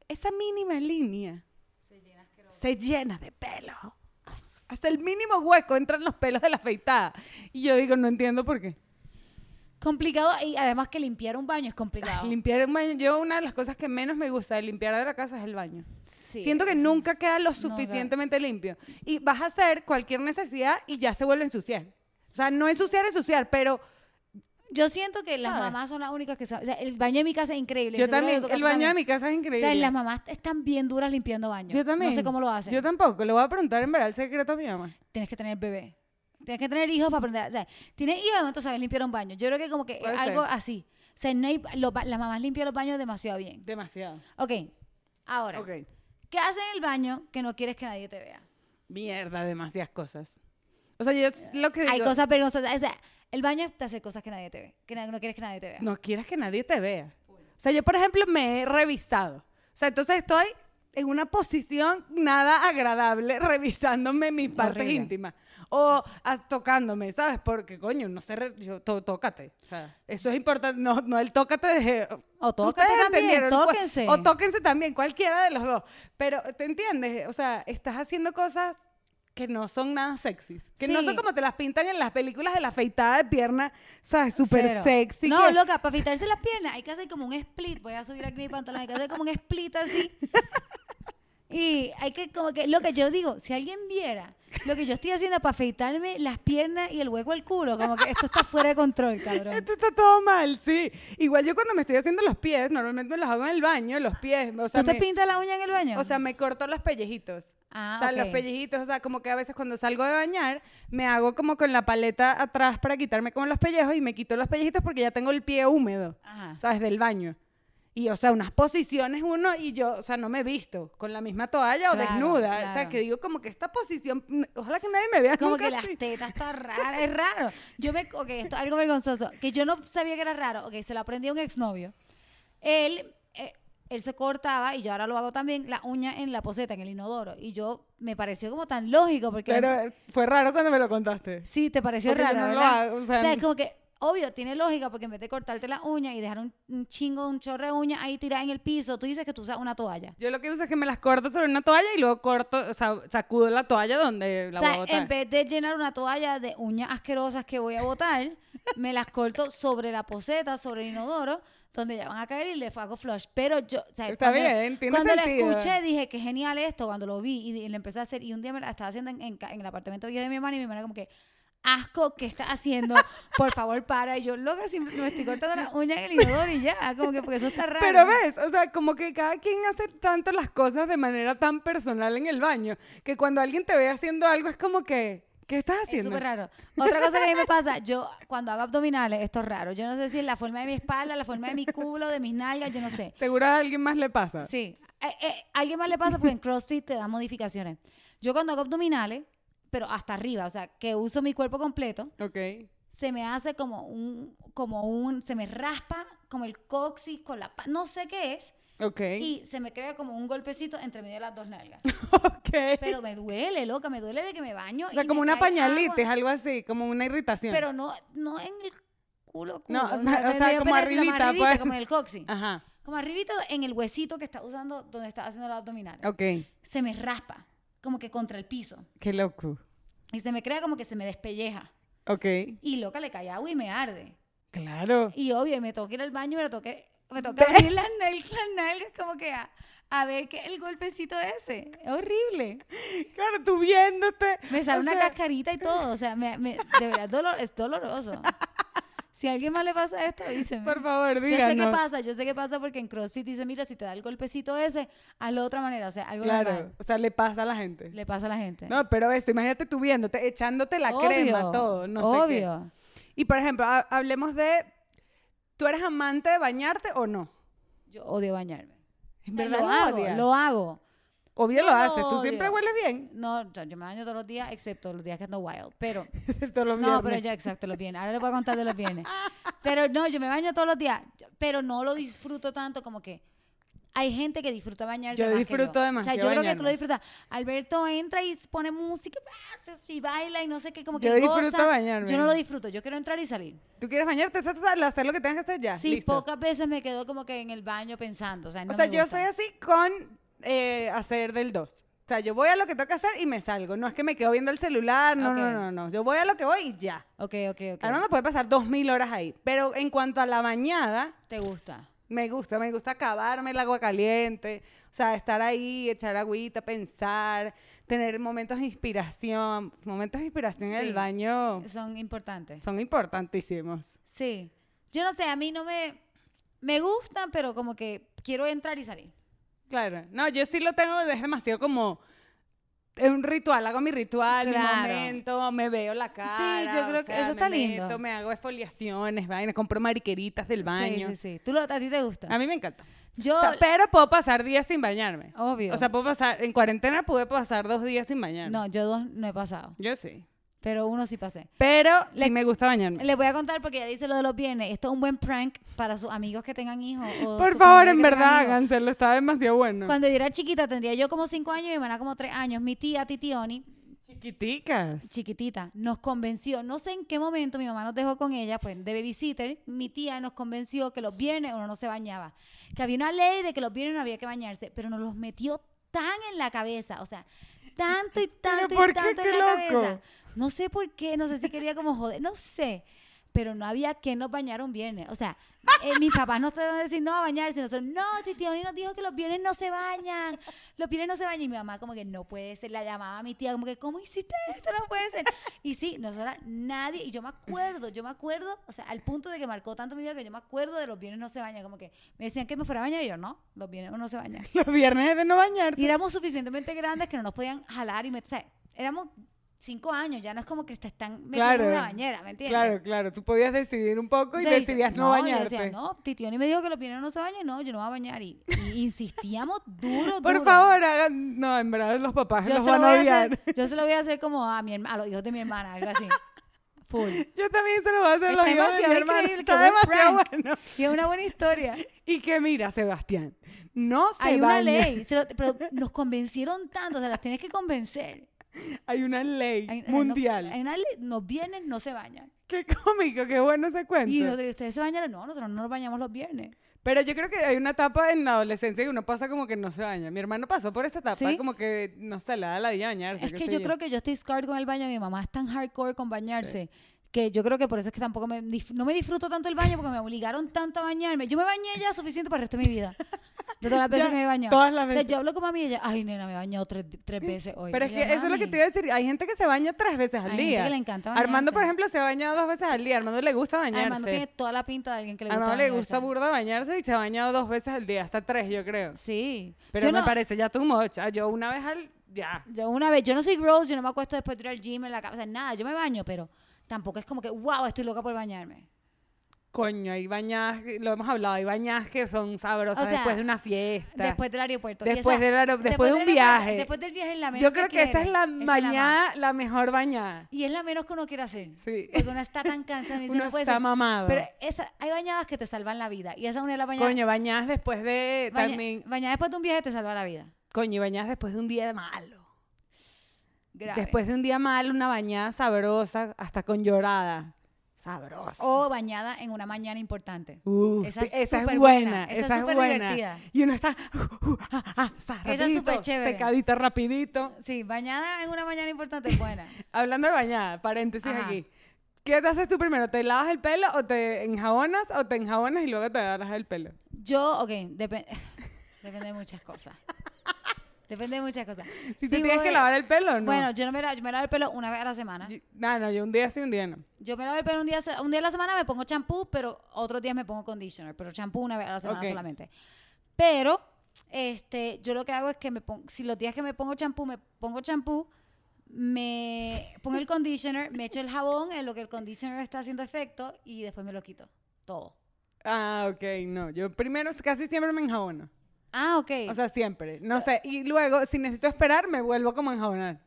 S2: Esa mínima línea se llena de pelo. Hasta el mínimo hueco entran los pelos de la afeitada. Y yo digo, no entiendo por qué.
S1: complicado y además que limpiar un baño es complicado.
S2: Limpiar un baño, yo una de las cosas que menos me gusta de limpiar de la casa es el baño.
S1: Sí,
S2: Siento que
S1: es-
S2: nunca queda lo
S1: da.
S2: suficientemente limpio. Y vas a hacer cualquier necesidad y ya se vuelve a ensuciar. O sea, no ensuciar, ensuciar, pero
S1: Yo siento que las
S2: ¿Sabes?
S1: mamás son las únicas que saben. O sea, el baño de mi casa es increíble.
S2: yo también, el baño de mi casa
S1: casa.
S2: es
S1: O
S2: increíble.
S1: sea, las mamás están bien duras limpiando baños.
S2: yo también.
S1: No sé cómo lo hacen.
S2: Yo tampoco. Le voy a preguntar en verdad el secreto a mi mamá.
S1: Tienes que tener bebé. Tienes que tener hijos para aprender. O sea, tienes hijos, entonces sabes limpiar un baño. Yo creo que como que
S2: Puede
S1: es algo
S2: ser.
S1: así. O sea, no hay- los ba- las mamás limpian los baños demasiado bien.
S2: Demasiado.
S1: Ok, ahora,
S2: Ok.
S1: ¿qué haces en el baño que no quieres que nadie te vea?
S2: Mierda, demasiadas cosas. O sea, yo lo que digo.
S1: Hay cosas vergonzosas. O sea, el baño te hace cosas que nadie te ve. Que na- no quieres que nadie te vea.
S2: No quieras que nadie te vea. O sea, yo, por ejemplo, me he revisado. O sea, entonces estoy en una posición nada agradable revisándome mis partes
S1: Horrible.
S2: íntimas. O as- tocándome, ¿sabes? Porque, coño, no sé, re- yo, tó- tócate. O sea, eso es importante. No, no el tócate de...
S1: O
S2: Ustedes
S1: tócate también,
S2: entendieron, cua-
S1: tóquense.
S2: O tóquense también, cualquiera de los dos. Pero, ¿te entiendes? O sea, estás haciendo cosas que no son nada sexys. Que no son
S1: Sí.
S2: como te las pintan en las películas de la afeitada de pierna, ¿sabes? Súper
S1: Cero.
S2: sexy.
S1: No,
S2: que-
S1: loca, para afeitarse las piernas hay que hacer como un split. Voy a subir aquí mi pantalón, hay que hacer como un split así. Y hay que, como que, lo que yo digo, si alguien viera lo que yo estoy haciendo para afeitarme las piernas y el hueco al culo, como que esto está fuera de control, cabrón.
S2: Esto está todo mal, sí. Igual yo cuando me estoy haciendo los pies, normalmente me los hago en el baño, los pies. O sea,
S1: ¿Tú te
S2: me,
S1: pintas la uña en el baño?
S2: o sea, me corto los pellejitos.
S1: Ah,
S2: o sea, los
S1: ok.
S2: pellejitos, o sea, como que a veces cuando salgo de bañar, me hago como con la paleta atrás para quitarme como los pellejos y me quito los pellejitos porque ya tengo el pie húmedo,
S1: Ajá.
S2: ¿sabes? Del baño. Y, o sea, unas posiciones uno y yo, o sea, no me he visto con la misma toalla o
S1: Claro,
S2: desnuda. O sea,
S1: claro.
S2: que digo como que esta posición, ojalá que nadie me vea
S1: Como
S2: nunca
S1: que las
S2: así.
S1: tetas está raro, es raro. Yo me, ok, esto es algo vergonzoso, que yo no sabía que era raro, ok, se lo aprendí a un exnovio. Él, eh, él se cortaba, y yo ahora lo hago también, la uña en la poseta, en el inodoro, y yo, me pareció como tan lógico, porque...
S2: Pero eh, fue raro cuando me lo contaste.
S1: sí, te pareció
S2: porque yo
S1: raro,
S2: no lo
S1: ¿verdad?
S2: hago, o
S1: o,
S2: sea,
S1: sea, es como que, obvio, tiene lógica porque en vez de cortarte la uña y dejar un, un chingo, un chorro de uña ahí tirada en el piso, tú dices que tú usas una toalla.
S2: Yo lo que uso es que me las corto sobre una toalla y luego corto, o sea, sacudo la toalla donde la
S1: o sea,
S2: voy a botar.
S1: en vez de llenar una toalla de uñas asquerosas que voy a botar, me las corto sobre la poseta, sobre el inodoro, donde ya van a caer y le hago flush. Pero yo, o sea,
S2: Está bien, tiene
S1: cuando
S2: sentido.
S1: lo escuché dije que genial esto, cuando lo vi y, di- y lo empecé a hacer. Y un día me la estaba haciendo en, en ca- en el apartamento viejo de mi hermana y mi hermana como que, asco, ¿qué estás haciendo? Por favor, para. Y yo, loca, si me estoy cortando la uña en el inodoro y ya, como que porque eso está raro.
S2: Pero ves, o sea, como que cada quien hace tanto las cosas de manera tan personal en el baño, que cuando alguien te ve haciendo algo es como que, ¿qué estás
S1: Es
S2: haciendo?
S1: súper raro. Otra cosa que a mí me pasa, yo cuando hago abdominales, esto es raro. Yo no sé si es la forma de mi espalda, la forma de mi culo, de mis nalgas, yo no sé.
S2: Seguro a alguien más le pasa.
S1: Sí. Eh, eh, alguien más le pasa porque en CrossFit te dan modificaciones. Yo cuando hago abdominales, pero hasta arriba, o sea, que uso mi cuerpo completo,
S2: Ok.
S1: se me hace como un, como un, se me raspa como el coxis con la, pa- no sé qué es,
S2: Ok.
S1: y se me crea como un golpecito entre medio de las dos nalgas.
S2: ok.
S1: Pero me duele, loca, me duele de que me baño.
S2: o sea,
S1: y
S2: como
S1: me
S2: una
S1: cae agua.
S2: pañalitis, algo así, como una irritación.
S1: Pero no, no en el culo, culo.
S2: No,
S1: me-
S2: o
S1: me
S2: sea,
S1: dio
S2: como
S1: pereza,
S2: arribita,
S1: Como
S2: pues.
S1: como en el coxis.
S2: Ajá.
S1: Como arribita en el huesito que está usando donde está haciendo los abdominales.
S2: Ok.
S1: Se me raspa, como que contra el piso.
S2: Qué loco.
S1: Y se me crea como que se me despelleja.
S2: Ok.
S1: Y loca, le cae agua y me arde.
S2: Claro.
S1: Y obvio, me toca ir al baño, me toca, me toca abrir las nalgas, las nalgas como que a, a ver qué el golpecito ese. Es horrible.
S2: Claro, tú viéndote.
S1: Me sale
S2: o
S1: una
S2: sea,
S1: cascarita y todo. O sea, me, me- de verdad, dolor, es doloroso. Si a alguien más le pasa esto, díseme.
S2: Por favor,
S1: Yo sé qué
S2: díganos.
S1: pasa, yo sé qué pasa porque en CrossFit dice, mira, si te da el golpecito ese, hazlo de otra manera, o sea, algo
S2: Claro.
S1: normal.
S2: O sea, le pasa a la gente.
S1: Le pasa a la gente.
S2: No, pero eso, imagínate tú viéndote, echándote la crema, todo, no sé qué.
S1: obvio.
S2: Y por ejemplo, ha- hablemos de, ¿tú eres amante de bañarte o no?
S1: Yo odio bañarme.
S2: En
S1: O sea,
S2: verdad
S1: lo
S2: lo
S1: hago,
S2: odias.
S1: lo hago.
S2: Obvio
S1: yo
S2: lo
S1: lo
S2: haces, tú siempre
S1: odio.
S2: hueles bien.
S1: No, o sea, yo me baño todos los días, excepto los días que ando wild, pero...
S2: Todos los
S1: No, pero
S2: viernes.
S1: ya, exacto, los bienes. Ahora les voy a contar de los bienes. Pero no, yo me baño todos los días, yo- pero no lo disfruto tanto como que hay gente que disfruta bañarse.
S2: Yo
S1: más que
S2: disfruto demasiado
S1: O sea, yo creo que tú
S2: bañarme.
S1: lo disfrutas. Alberto entra y pone música y baila y no sé qué, como que
S2: Yo
S1: goza.
S2: disfruto bañarme.
S1: Yo no lo disfruto, yo quiero entrar y salir.
S2: ¿Tú quieres bañarte? Sa- sa- sa- Hacer lo que tengas que hacer ya.
S1: sí,
S2: listo.
S1: pocas veces me quedo como que en el baño pensando. O sea, no
S2: O sea,
S1: me
S2: yo
S1: gusta.
S2: soy así con eh, hacer del 2. O sea, yo voy a lo que tengo que hacer y me salgo. No es que me quedo viendo el celular, no, no,
S1: Ok.
S2: no, no. Yo voy a lo que voy y ya.
S1: Ok, ok, ok.
S2: Ahora uno puede pasar dos mil horas ahí. Pero en cuanto a la bañada,
S1: ¿Te gusta?
S2: Me gusta, me gusta acabarme el agua caliente, o sea, estar ahí, echar agüita, pensar, tener momentos de inspiración. Momentos de inspiración en
S1: Sí.
S2: el baño
S1: Son importantes.
S2: son importantísimos.
S1: Sí. Yo no sé, a mí no me... Me gustan, pero como que quiero entrar y salir.
S2: Claro, no, yo sí lo tengo, es demasiado como es un ritual, hago mi ritual,
S1: Claro.
S2: mi momento, me veo la cara.
S1: yo
S2: o
S1: creo que
S2: sea,
S1: eso está
S2: me
S1: lindo.
S2: meto, me hago exfoliaciones, vainas, compro mariqueritas del baño.
S1: Sí, sí, sí. ¿Tú lo, ¿A ti te gusta?
S2: A mí me encanta.
S1: Yo,
S2: O sea, pero puedo pasar días sin bañarme.
S1: obvio.
S2: O sea, puedo pasar, en cuarentena pude pasar dos días sin bañarme.
S1: no, yo dos no he pasado,
S2: Yo sí.
S1: pero uno sí pasé.
S2: Pero
S1: Le-
S2: sí me gusta bañarme.
S1: Les voy a contar porque ella dice lo de los viernes. Esto es un buen prank para sus amigos que tengan hijos. o
S2: Por
S1: su
S2: favor,
S1: familia
S2: en
S1: que tenga
S2: verdad,
S1: hijos.
S2: háganselo, está demasiado bueno.
S1: Cuando yo era chiquita, tendría yo como cinco años y mi hermana como tres años. Mi tía Titioni,
S2: Chiquiticas.
S1: chiquitita, nos convenció. No sé en qué momento mi mamá nos dejó con ella, pues de babysitter. Mi tía nos convenció que los viernes uno no se bañaba. Que había una ley de que los viernes no había que bañarse, pero nos los metió tan en la cabeza. O sea, tanto y tanto
S2: por
S1: y
S2: qué?
S1: tanto
S2: ¡Qué
S1: en la
S2: loco!
S1: cabeza. No sé por qué, no sé si quería como joder, no sé. Pero no había quien nos bañara un viernes. O sea, eh, mis papás nos iban a decir no a bañarse. Nosotros, no, Titioni nos dijo que los viernes no se bañan. Los viernes no se bañan. Y mi mamá, como que no puede ser. La llamaba a mi tía, como que, ¿cómo hiciste esto? No puede ser. Y sí, nosotras, nadie. Y yo me acuerdo, yo me acuerdo, o sea, al punto de que marcó tanto mi vida que yo me acuerdo de los viernes no se bañan. Como que me decían que me fuera a bañar. Y yo, no, los viernes no se bañan.
S2: Los viernes es de no bañarse.
S1: Y éramos suficientemente grandes que no nos podían jalar y meter. O sea, éramos cinco años, ya no es como que te están metiendo en
S2: Claro.
S1: una bañera, ¿me entiendes?
S2: Claro, claro. Tú podías decidir un poco
S1: O
S2: y
S1: sea, y-
S2: decidías no,
S1: yo
S2: bañarte.
S1: decía, no, Titioni me dijo que los viernes no se bañan, no, yo no voy a bañar. Y, y insistíamos duro,
S2: Por
S1: duro.
S2: favor, hagan. No, en verdad los papás
S1: yo
S2: los
S1: se, lo
S2: van
S1: voy
S2: a
S1: a
S2: odiar.
S1: hacer, yo se lo voy a hacer como a, mi herma- a los hijos de mi hermana, algo así. Full.
S2: Yo también se los voy a hacer a los
S1: Está
S2: hijos de mi
S1: demasiado
S2: hermana.
S1: increíble, qué
S2: Está
S1: buen
S2: demasiado
S1: prank.
S2: bueno.
S1: Y es una buena historia.
S2: Y que mira, Sebastián, no se
S1: Hay
S2: baña.
S1: una ley, se lo- pero nos convencieron tanto, o sea, las tienes que convencer.
S2: Hay una ley
S1: Hay- hay- no-
S2: mundial.
S1: hay una ley, no vienen, no se bañan.
S2: Qué cómico, qué bueno ese cuento.
S1: Y nosotros, ustedes se bañan, no, nosotros no nos bañamos los viernes.
S2: Pero yo creo que hay una etapa en la adolescencia que uno pasa como que no se baña. Mi hermano pasó por esa etapa,
S1: ¿Sí?
S2: como que no se le da la idea bañarse.
S1: Es que yo creo que yo estoy scarred con el baño, mi mamá es tan hardcore con bañarse. Que yo creo que por eso es que tampoco me, dif- no me disfruto tanto el baño porque me obligaron tanto a bañarme. Yo me bañé ya suficiente para el resto de mi vida. De todas las veces
S2: Ya,
S1: que me he bañado.
S2: todas las
S1: O sea,
S2: veces.
S1: yo hablo con mami y ella, ay, nena, me he bañado tres, tres veces hoy.
S2: Pero es
S1: Y
S2: que
S1: yo,
S2: eso es lo que
S1: "Mami".
S2: te iba a decir. Hay gente que se baña tres veces al
S1: Hay gente
S2: día.
S1: que le encanta
S2: Armando, por
S1: bañarse.
S2: ejemplo, se baña dos veces al día. Armando le gusta bañarse.
S1: Armando tiene toda la pinta de alguien que le gusta
S2: Armando le gusta
S1: bañarse.
S2: burda bañarse y se ha bañado dos veces al día, hasta tres, yo creo.
S1: Sí.
S2: Pero
S1: Yo
S2: me
S1: no-
S2: parece ya too much. Ah, Yo una vez al. Ya.
S1: Yo una vez, yo no soy gross, yo no me acuesto después de ir al gym en la cama, o sea, nada, yo me baño, pero tampoco es como que, wow, estoy loca por bañarme.
S2: Coño, hay bañadas, que- lo hemos hablado, hay bañadas que son sabrosas
S1: O sea,
S2: después de una fiesta.
S1: Después del aeropuerto. Y
S2: Después del aero- después de un
S1: del aeropuerto,
S2: viaje.
S1: Después del viaje es la menos
S2: Yo creo que esa es
S1: quiere,
S2: la
S1: más-
S2: bañada, la mejor bañada.
S1: Y es la menos que uno quiere hacer.
S2: Sí.
S1: Porque uno está tan cansado y dice,
S2: Uno
S1: no puede
S2: está
S1: ser".
S2: mamado.
S1: Pero esa, hay bañadas que te salvan la vida. Y esa es una de las bañadas.
S2: Coño, bañadas después de
S1: baña-
S2: también.
S1: bañada después de un viaje te salva la vida.
S2: Coño, y bañadas después de un día malo.
S1: Grave.
S2: Después de un día malo, una bañada sabrosa, hasta con llorada. Sabrosa.
S1: O bañada en una mañana importante.
S2: Uf,
S1: Oh, esa
S2: sí,
S1: es
S2: esa es
S1: súper
S2: buena,
S1: buena, esa es
S2: esa es
S1: súper
S2: buena.
S1: divertida.
S2: Y uno está, uh, uh, ah, ah, sa,
S1: Esa es
S2: rapidito,
S1: súper chévere.
S2: secadita rapidito.
S1: Sí, bañada en una mañana importante es buena.
S2: Hablando de bañada, paréntesis
S1: Ajá.
S2: aquí. ¿Qué te haces tú primero? ¿Te lavas el pelo o te enjabonas o te enjabonas y luego te lavas el pelo?
S1: Yo, ok, depen- depende de muchas cosas. Depende de muchas cosas.
S2: Si te tienes que lavar el pelo, no.
S1: Bueno, yo no me, la- yo me lavo el pelo una vez a la semana.
S2: Yo- no, no, yo un día sí, un día no.
S1: Yo me lavo el pelo un día, se- un día a la semana, me pongo champú, pero otros días me pongo conditioner, pero champú una vez a la semana
S2: Ok.
S1: solamente. Pero, este, yo lo que hago es que me pongo, si los días que me pongo champú, me pongo champú, me pongo el conditioner, me echo el jabón en lo que el conditioner está haciendo efecto y después me lo quito. Todo.
S2: Ah, ok, no. Yo primero casi siempre me enjabono.
S1: Ah, ok.
S2: O sea, siempre. No sé. Y luego, si necesito esperar, me vuelvo como a enjabonar.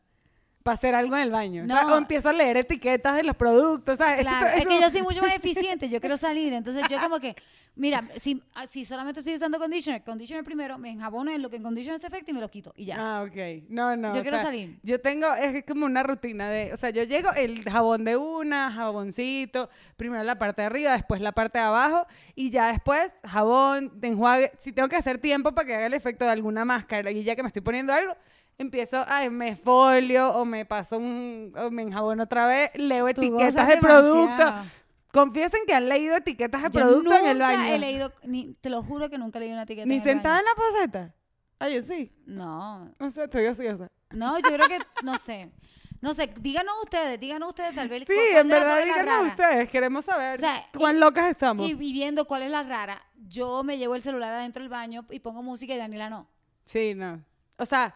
S2: Para hacer algo en el baño. O sea,
S1: No.
S2: o empiezo a leer etiquetas de los productos, ¿sabes?
S1: Claro,
S2: Eso-
S1: es que
S2: eso-
S1: yo soy mucho más eficiente, yo quiero salir, entonces yo como que, mira, si, ah, si solamente estoy usando conditioner, conditioner primero, me enjabono en lo que en conditioner se efecto y me lo quito y ya.
S2: Ah, ok. No, no.
S1: Yo
S2: o
S1: quiero
S2: sea,
S1: salir.
S2: Yo tengo, es como una rutina de, o sea, yo llego el jabón de una, jaboncito, primero la parte de arriba, después la parte de abajo y ya después jabón, enjuague. Si tengo que hacer tiempo para que haga el efecto de alguna máscara y ya que me estoy poniendo algo, empiezo a, me folio o me paso un, o me enjabono otra vez, leo
S1: Tú
S2: etiquetas
S1: gozas
S2: de producto.
S1: demasiado.
S2: Confiesen que han leído etiquetas de
S1: Yo
S2: producto
S1: nunca
S2: en el baño.
S1: he leído, ni- te lo juro que nunca he leído una etiqueta.
S2: Ni
S1: en el baño.
S2: sentada en la poseta. Ah, yo sí.
S1: No,
S2: O sea, estoy ociosa.
S1: no, yo creo que, no sé, no sé, díganos ustedes, díganos ustedes tal vez.
S2: Sí,
S1: cuál es
S2: en
S1: la
S2: verdad,
S1: regla
S2: díganlo
S1: rara.
S2: ustedes. Queremos saber
S1: O sea,
S2: cuán
S1: y-
S2: locas estamos.
S1: Y, y viendo cuál es la rara, yo me llevo el celular adentro del baño y pongo música y Daniela no.
S2: Sí, no. O sea,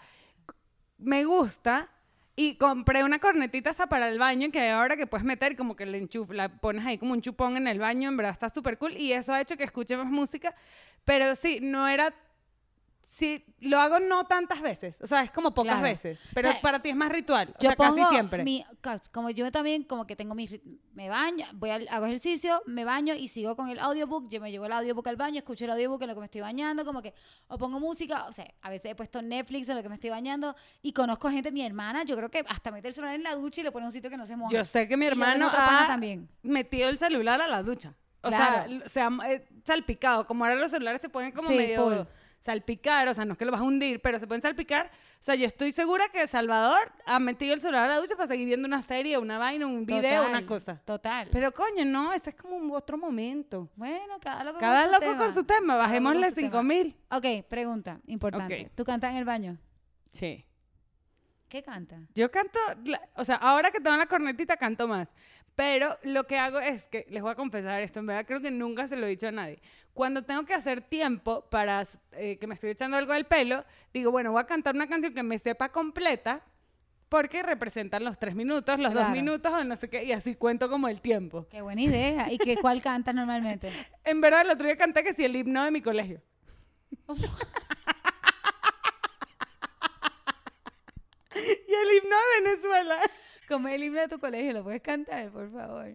S2: me gusta y compré una cornetita hasta para el baño que ahora que puedes meter como que le enchuf, la pones ahí como un chupón en el baño, en verdad está súper cool y eso ha hecho que escuche más música, pero sí, no era... Sí, lo hago no tantas veces, o sea, es como pocas
S1: Claro.
S2: veces, pero
S1: O sea,
S2: para ti es más ritual, o
S1: Yo
S2: sea,
S1: pongo
S2: casi siempre.
S1: mi- ca- como yo también, como que tengo mi... rit- Me baño, voy al, hago ejercicio, me baño y sigo con el audiobook. Yo me llevo el audiobook al baño, escucho el audiobook en lo que me estoy bañando, como que... O pongo música, o sea, a veces he puesto Netflix en lo que me estoy bañando y conozco gente, mi hermana, yo creo que hasta mete el celular en la ducha y le pone en un sitio que no se moja.
S2: Yo sé que mi
S1: Y yo tengo
S2: hermano ah,
S1: otro pana
S2: ha
S1: también.
S2: metido el celular a la ducha. O sea,
S1: Claro.
S2: l- se ha eh, salpicado. Como ahora los celulares se pueden como
S1: Sí,
S2: medio
S1: full.
S2: salpicar, o sea, no es que lo vas a hundir, pero se pueden salpicar. O sea, yo estoy segura que Salvador ha metido el celular a la ducha para seguir viendo una serie, una vaina, un video, una
S1: Total,
S2: cosa.
S1: Total.
S2: Pero coño, no, ese es como un otro momento.
S1: bueno, cada loco con
S2: Cada
S1: su
S2: loco
S1: tema.
S2: con su tema,
S1: Cada loco con
S2: bajémosle
S1: su tema.
S2: 5000.
S1: Ok, pregunta importante.
S2: Ok.
S1: ¿Tú cantas en el baño?
S2: Sí.
S1: ¿Qué canta?
S2: Yo canto, la- o sea, ahora que tengo la cornetita canto más. Pero lo que hago es que, les voy a confesar esto, en verdad creo que nunca se lo he dicho a nadie. Cuando tengo que hacer tiempo para eh, que me estoy echando algo del pelo, digo, bueno, voy a cantar una canción que me sepa completa porque representan los tres minutos, los dos
S1: Claro.
S2: minutos o no sé qué, y así cuento como el tiempo.
S1: Qué buena idea. ¿Y qué, cuál cantas normalmente?
S2: En verdad, el otro día canté que sí el himno de mi colegio. y el himno de Venezuela.
S1: Como el himno de tu colegio, lo puedes cantar, por favor.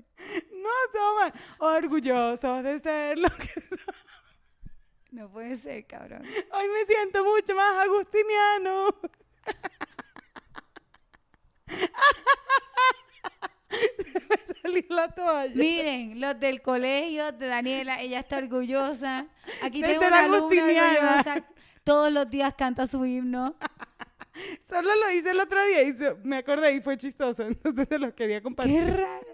S2: No, toma. Orgullosos de ser lo que soy.
S1: No puede ser, cabrón.
S2: Hoy me siento mucho más agustiniano. Salir la toalla.
S1: Miren, los del colegio de Daniela, ella está orgullosa. Aquí
S2: De
S1: tengo
S2: ser
S1: una alumna
S2: agustiniana.
S1: orgullosa. Todos los días canta su himno.
S2: Solo lo hice el otro día y se- me acordé y fue chistoso, entonces se los quería
S1: Qué
S2: compartir.
S1: raro.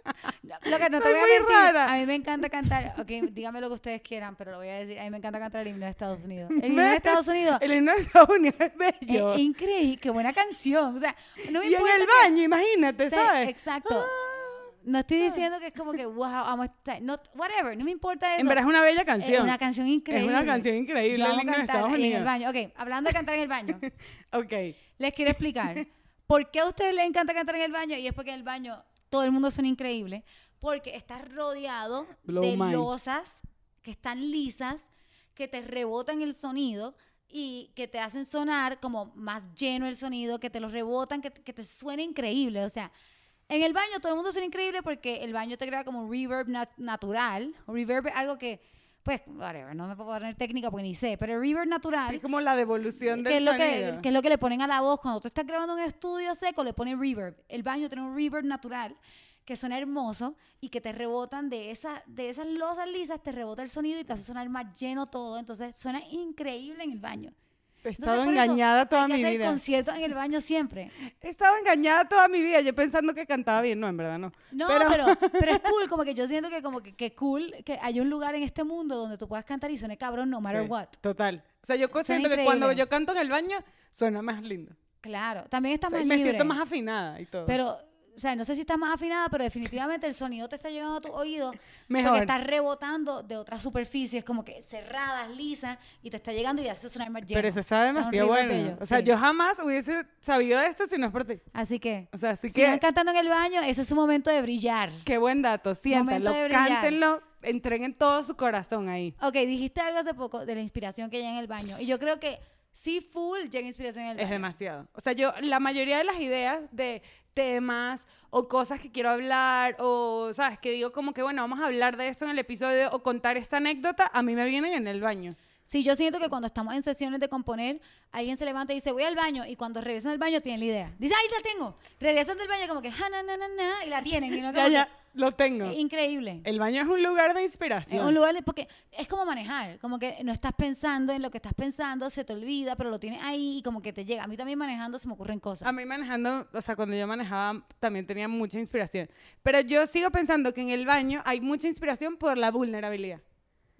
S1: No, Lo que no te
S2: Pues Soy
S1: voy a
S2: muy
S1: mentir,
S2: rara.
S1: a mí me encanta cantar. Ok, dígame lo que ustedes quieran, pero lo voy a decir. A mí me encanta cantar el himno de Estados Unidos. El himno de Estados Unidos
S2: El himno de Estados Unidos es
S1: es
S2: bello.
S1: increíble. Qué buena canción. O sea, no me
S2: y en
S1: importa
S2: el
S1: que-
S2: baño, imagínate,
S1: Sí,
S2: ¿sabes?
S1: exacto.
S2: Ah.
S1: No estoy diciendo que es como que, wow, amo esta- no, whatever, no me importa eso.
S2: En verdad es una bella
S1: Es
S2: canción.
S1: una canción increíble.
S2: canción increíble,
S1: Yo
S2: el
S1: amo
S2: himno de
S1: cantar
S2: Estados
S1: En el
S2: Unidos.
S1: baño. Ok, hablando de cantar en el baño,
S2: Ok.
S1: les quiero explicar por qué a ustedes les encanta cantar en el baño y es porque en el baño todo el mundo suena increíble. Porque estás rodeado
S2: Blow
S1: de
S2: mine.
S1: losas que están lisas, que te rebotan el sonido y que te hacen sonar como más lleno el sonido, que te los rebotan, que, que te suena increíble. O sea, en el baño todo el mundo suena increíble porque el baño te crea como un reverb nat- natural. Reverb es algo que, pues, whatever, no me puedo poner técnica porque ni sé, pero el reverb natural
S2: Es como la devolución
S1: que es,
S2: del
S1: lo
S2: sonido.
S1: que, que es lo que le ponen a la voz. Cuando tú estás grabando en un estudio seco, le ponen reverb. El baño tiene un reverb natural que suena hermoso y que te rebotan de, esa, de esas losas lisas, te rebota el sonido y te hace sonar más lleno todo. Entonces suena increíble en el baño.
S2: He
S1: Entonces,
S2: estado
S1: por eso,
S2: engañada toda
S1: hay que
S2: mi
S1: hacer
S2: vida.
S1: conciertos en el baño siempre.
S2: He estado engañada toda mi vida, yo pensando que cantaba bien. No, en verdad no.
S1: No,
S2: Pero-
S1: pero, pero, es cool, como que yo siento que como que, que cool que hay un lugar en este mundo donde tú puedas cantar y suene cabrón no matter
S2: Sí,
S1: what.
S2: Total. O sea, yo
S1: Suena
S2: siento que cuando
S1: increíble.
S2: yo canto en el baño, suena más lindo.
S1: Claro, también
S2: O
S1: estás
S2: sea,
S1: más
S2: me
S1: libre.
S2: siento más afinada y todo.
S1: Pero, o sea, no sé si estás más afinada, pero definitivamente el sonido te está llegando a tu oído
S2: Mejor.
S1: porque estás rebotando de otras superficies, como que cerradas, lisas, y te está llegando y hace sonar más lleno.
S2: Pero eso está
S1: un
S2: demasiado
S1: ritmo
S2: bueno.
S1: bello,
S2: o sea,
S1: sí.
S2: yo jamás hubiese sabido esto si no es por ti.
S1: Así que,
S2: O sea, así
S1: sigan
S2: que
S1: cantando en el baño, ese es su momento de brillar.
S2: qué buen dato. Siéntanlo,
S1: de brillar.
S2: cántenlo, entreguen todo su corazón ahí.
S1: Ok, dijiste algo hace poco de la inspiración que llega en el baño, y yo creo que sí, full llega inspiración en el baño.
S2: Es demasiado. O sea, yo la mayoría de las ideas de temas o cosas que quiero hablar o, sabes, que digo como que, bueno, vamos a hablar de esto en el episodio o contar esta anécdota, a mí me vienen en el baño.
S1: Sí, yo siento que cuando estamos en sesiones de componer, alguien se levanta y dice, voy al baño, y cuando regresan al baño tienen la idea. Dice, ahí la tengo. Regresan del baño como que, ja, na, na, na, na, y la tienen. Y uno como
S2: Ya,
S1: que,
S2: ya, lo tengo.
S1: Es increíble.
S2: El baño es un lugar de inspiración.
S1: Es un lugar de- porque es como manejar, como que no estás pensando en lo que estás pensando, se te olvida, pero lo tienes ahí y como que te llega. A mí también manejando se me ocurren
S2: A
S1: cosas.
S2: mí manejando, o sea, cuando yo manejaba también tenía mucha inspiración. Pero yo sigo pensando que en el baño hay mucha inspiración por la vulnerabilidad.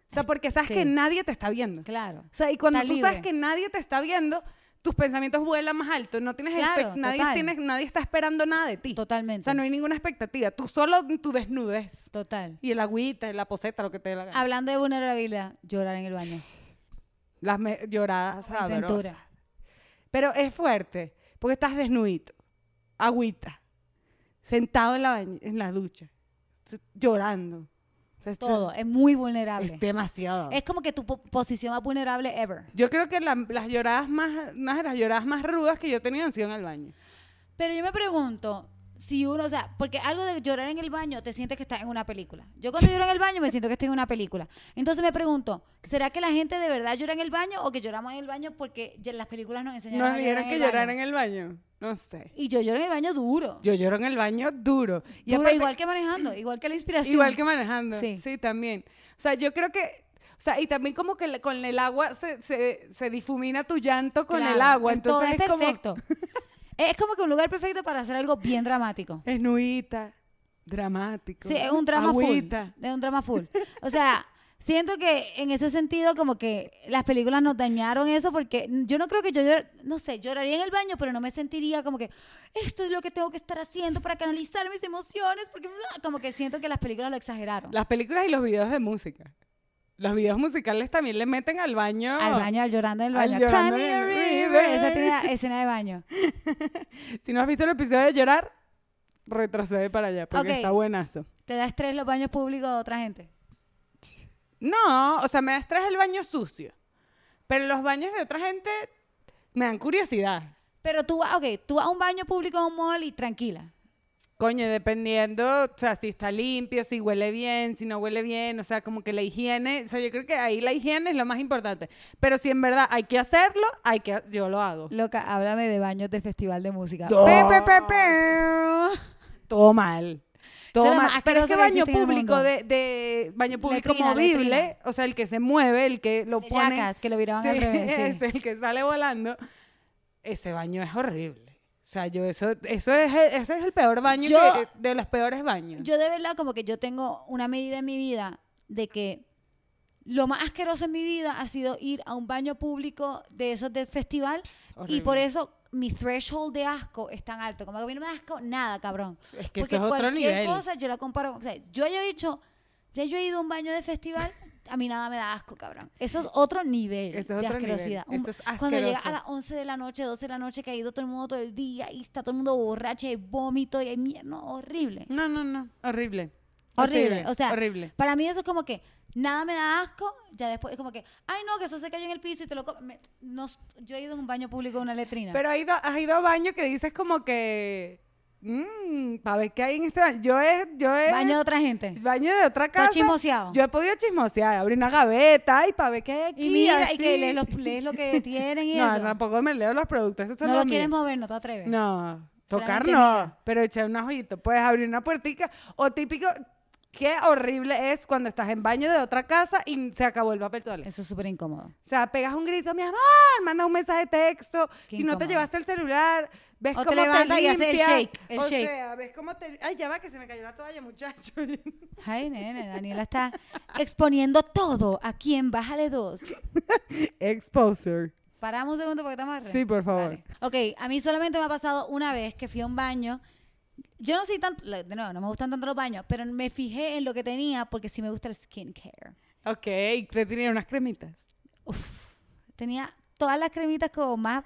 S2: O sea, porque sabes
S1: Sí.
S2: que nadie te está viendo. O
S1: Claro.
S2: sea, y cuando
S1: Está
S2: tú sabes
S1: libre.
S2: que nadie te está viendo, tus pensamientos vuelan más alto. No tienes espe-
S1: Claro,
S2: nadie,
S1: total.
S2: tienes- nadie está esperando nada de ti. O
S1: Totalmente.
S2: sea, no hay ninguna expectativa. Tú solo tu desnudez.
S1: Total.
S2: Y el agüita, la poseta, lo que te dé la gana.
S1: Hablando de vulnerabilidad, llorar en el baño.
S2: Las me- lloradas sabrosas.
S1: Aventura.
S2: Pero es fuerte, porque estás desnudito, agüita, sentado en la, bañ- en la ducha, s- llorando. O sea, esto
S1: Todo. Es muy vulnerable.
S2: Es demasiado.
S1: Es como que tu po- posición más vulnerable ever.
S2: Yo creo que la- las lloradas más, una de las lloradas más rudas que yo he tenido han sido en el baño.
S1: Pero yo me pregunto si uno, o sea, porque algo de llorar en el baño te sientes que estás en una película. Yo cuando lloro en el baño me siento que estoy en una película. Entonces me pregunto, ¿será que la gente de verdad llora en el baño o que lloramos en el baño porque ya en las películas nos enseñaron
S2: Nos
S1: a
S2: dijeron
S1: llorar
S2: que
S1: en el
S2: llorar en
S1: baño?
S2: el baño. No sé.
S1: Y yo lloro en el baño duro.
S2: Yo lloro en el baño duro. Y
S1: Duro,
S2: aparte-
S1: igual que manejando, igual que la inspiración.
S2: Igual que manejando. Sí.
S1: Sí.
S2: también. O sea, yo creo que. O sea, y también como que le- con el agua se, se, se difumina tu llanto con el
S1: Claro,
S2: agua.
S1: en todo,
S2: Entonces es,
S1: es
S2: como.
S1: perfecto. es como que un lugar perfecto para hacer algo bien dramático.
S2: Esnuita, dramático.
S1: Sí, es un drama
S2: agüita.
S1: full. Es un drama full. O sea, siento que en ese sentido como que las películas nos dañaron eso porque yo no creo que yo, llor- no sé, lloraría en el baño, pero no me sentiría como que esto es lo que tengo que estar haciendo para canalizar mis emociones, porque bla", como que siento que las películas lo exageraron.
S2: Las películas y los videos de música. Los videos musicales también le meten al baño.
S1: Al baño, al llorando en el
S2: Al
S1: baño.
S2: llorando
S1: Cry me
S2: en
S1: a
S2: el
S1: river.
S2: river.
S1: Esa tiene escena de baño.
S2: Si no has visto el episodio de llorar, retrocede para allá porque
S1: Ok.
S2: está buenazo.
S1: ¿Te da estrés los baños públicos de otra gente?
S2: No, o sea, me da estrés el baño sucio. Pero los baños de otra gente me dan curiosidad.
S1: Pero tú vas, ok, tú vas a un baño público a un mall y tranquila.
S2: Coño, dependiendo, o sea, si está limpio, si huele bien, si no huele bien, o sea, como que la higiene, o sea, yo creo que ahí la higiene es lo más importante. Pero si en verdad hay que hacerlo, hay que, yo lo hago.
S1: Loca, háblame de baños de festival de música.
S2: No.
S1: Pe, pe, pe, pe.
S2: Todo mal. Todo
S1: Eso es lo
S2: mal.
S1: más
S2: Pero es
S1: asqueroso
S2: que
S1: que
S2: baño
S1: existe en el
S2: público,
S1: mundo.
S2: de, de baño público
S1: Letrina,
S2: movible,
S1: letrina.
S2: o sea, el que se mueve, el que lo
S1: De
S2: pone.
S1: Jackass, que lo viraban
S2: Sí,
S1: al revés.
S2: es
S1: sí.
S2: el que sale volando. Ese baño es horrible. O sea, yo eso, eso es, el- ese es el peor baño
S1: Yo-
S2: que- de los peores baños.
S1: Yo de verdad como que yo tengo una medida en mi vida de que lo más asqueroso en mi vida ha sido ir a un baño público de esos del festival y por
S2: horrible.
S1: eso mi threshold de asco es tan alto. Como que a mí no me da asco nada, cabrón.
S2: es que eso
S1: Porque
S2: es otro
S1: cualquier
S2: nivel.
S1: cosa yo la comparo. O sea, yo ya he dicho, ya yo he ido a un baño de festival, a mí nada me da asco, cabrón. Eso es otro nivel
S2: Eso es
S1: de
S2: otro nivel.
S1: asquerosidad. Un-
S2: Esto es
S1: Cuando llega a
S2: asqueroso.
S1: las 11 de la noche, 12 de la noche, que ha ido todo el mundo todo el día y está todo el mundo borracho y hay vómito y hay mierda. No, horrible.
S2: No, no, no. Horrible.
S1: Horrible, o sea,
S2: Horrible.
S1: Para mí eso es como que nada me da asco, ya después es como que, ay no, que eso se cayó en el piso y te lo comes. Me- no, yo he ido a un baño público, a una letrina.
S2: Pero has ido, has ido a baños que dices como que... Mmm, para ver qué hay en este baño. Yo es... Yo he-
S1: baño de otra gente.
S2: baño de otra
S1: Todo
S2: casa.
S1: chismoseado.
S2: Yo he podido chismosear, abrir una gaveta y para ver qué hay aquí.
S1: y mira, y
S2: así.
S1: que lees, los- lees lo que tienen y
S2: No,
S1: eso.
S2: tampoco me leo los productos. Esos son
S1: No
S2: los
S1: lo quieres
S2: míos.
S1: mover, no te atreves.
S2: No, tocar
S1: Solamente
S2: no,
S1: mira.
S2: pero echar un ojito. Puedes abrir una puertica. O típico, qué horrible es cuando estás en baño de otra casa y se acabó el papel toalé.
S1: Eso es súper incómodo.
S2: O sea, pegas un grito, mi amor, mandas un mensaje de texto.
S1: Qué
S2: si no te
S1: incómodo.
S2: llevaste el celular, ves
S1: O te
S2: cómo te,
S1: levantas y haces el
S2: limpias.
S1: shake, el
S2: o
S1: shake.
S2: sea, ves cómo te. Ay, ya va, que se me cayó la toalla, muchacho.
S1: Ay, nene, Daniela está exponiendo todo aquí en Bájale 2.
S2: Exposer.
S1: Paramos un segundo porque estamos... arre.
S2: Sí, por favor.
S1: Dale. Ok, a mí solamente me ha pasado una vez que fui a un baño. Yo no soy tan... la- De nuevo, no me gustan tanto los baños, pero me fijé en lo que tenía porque sí me gusta el skincare.
S2: Ok, te tienen unas cremitas.
S1: Tenía todas las cremitas como más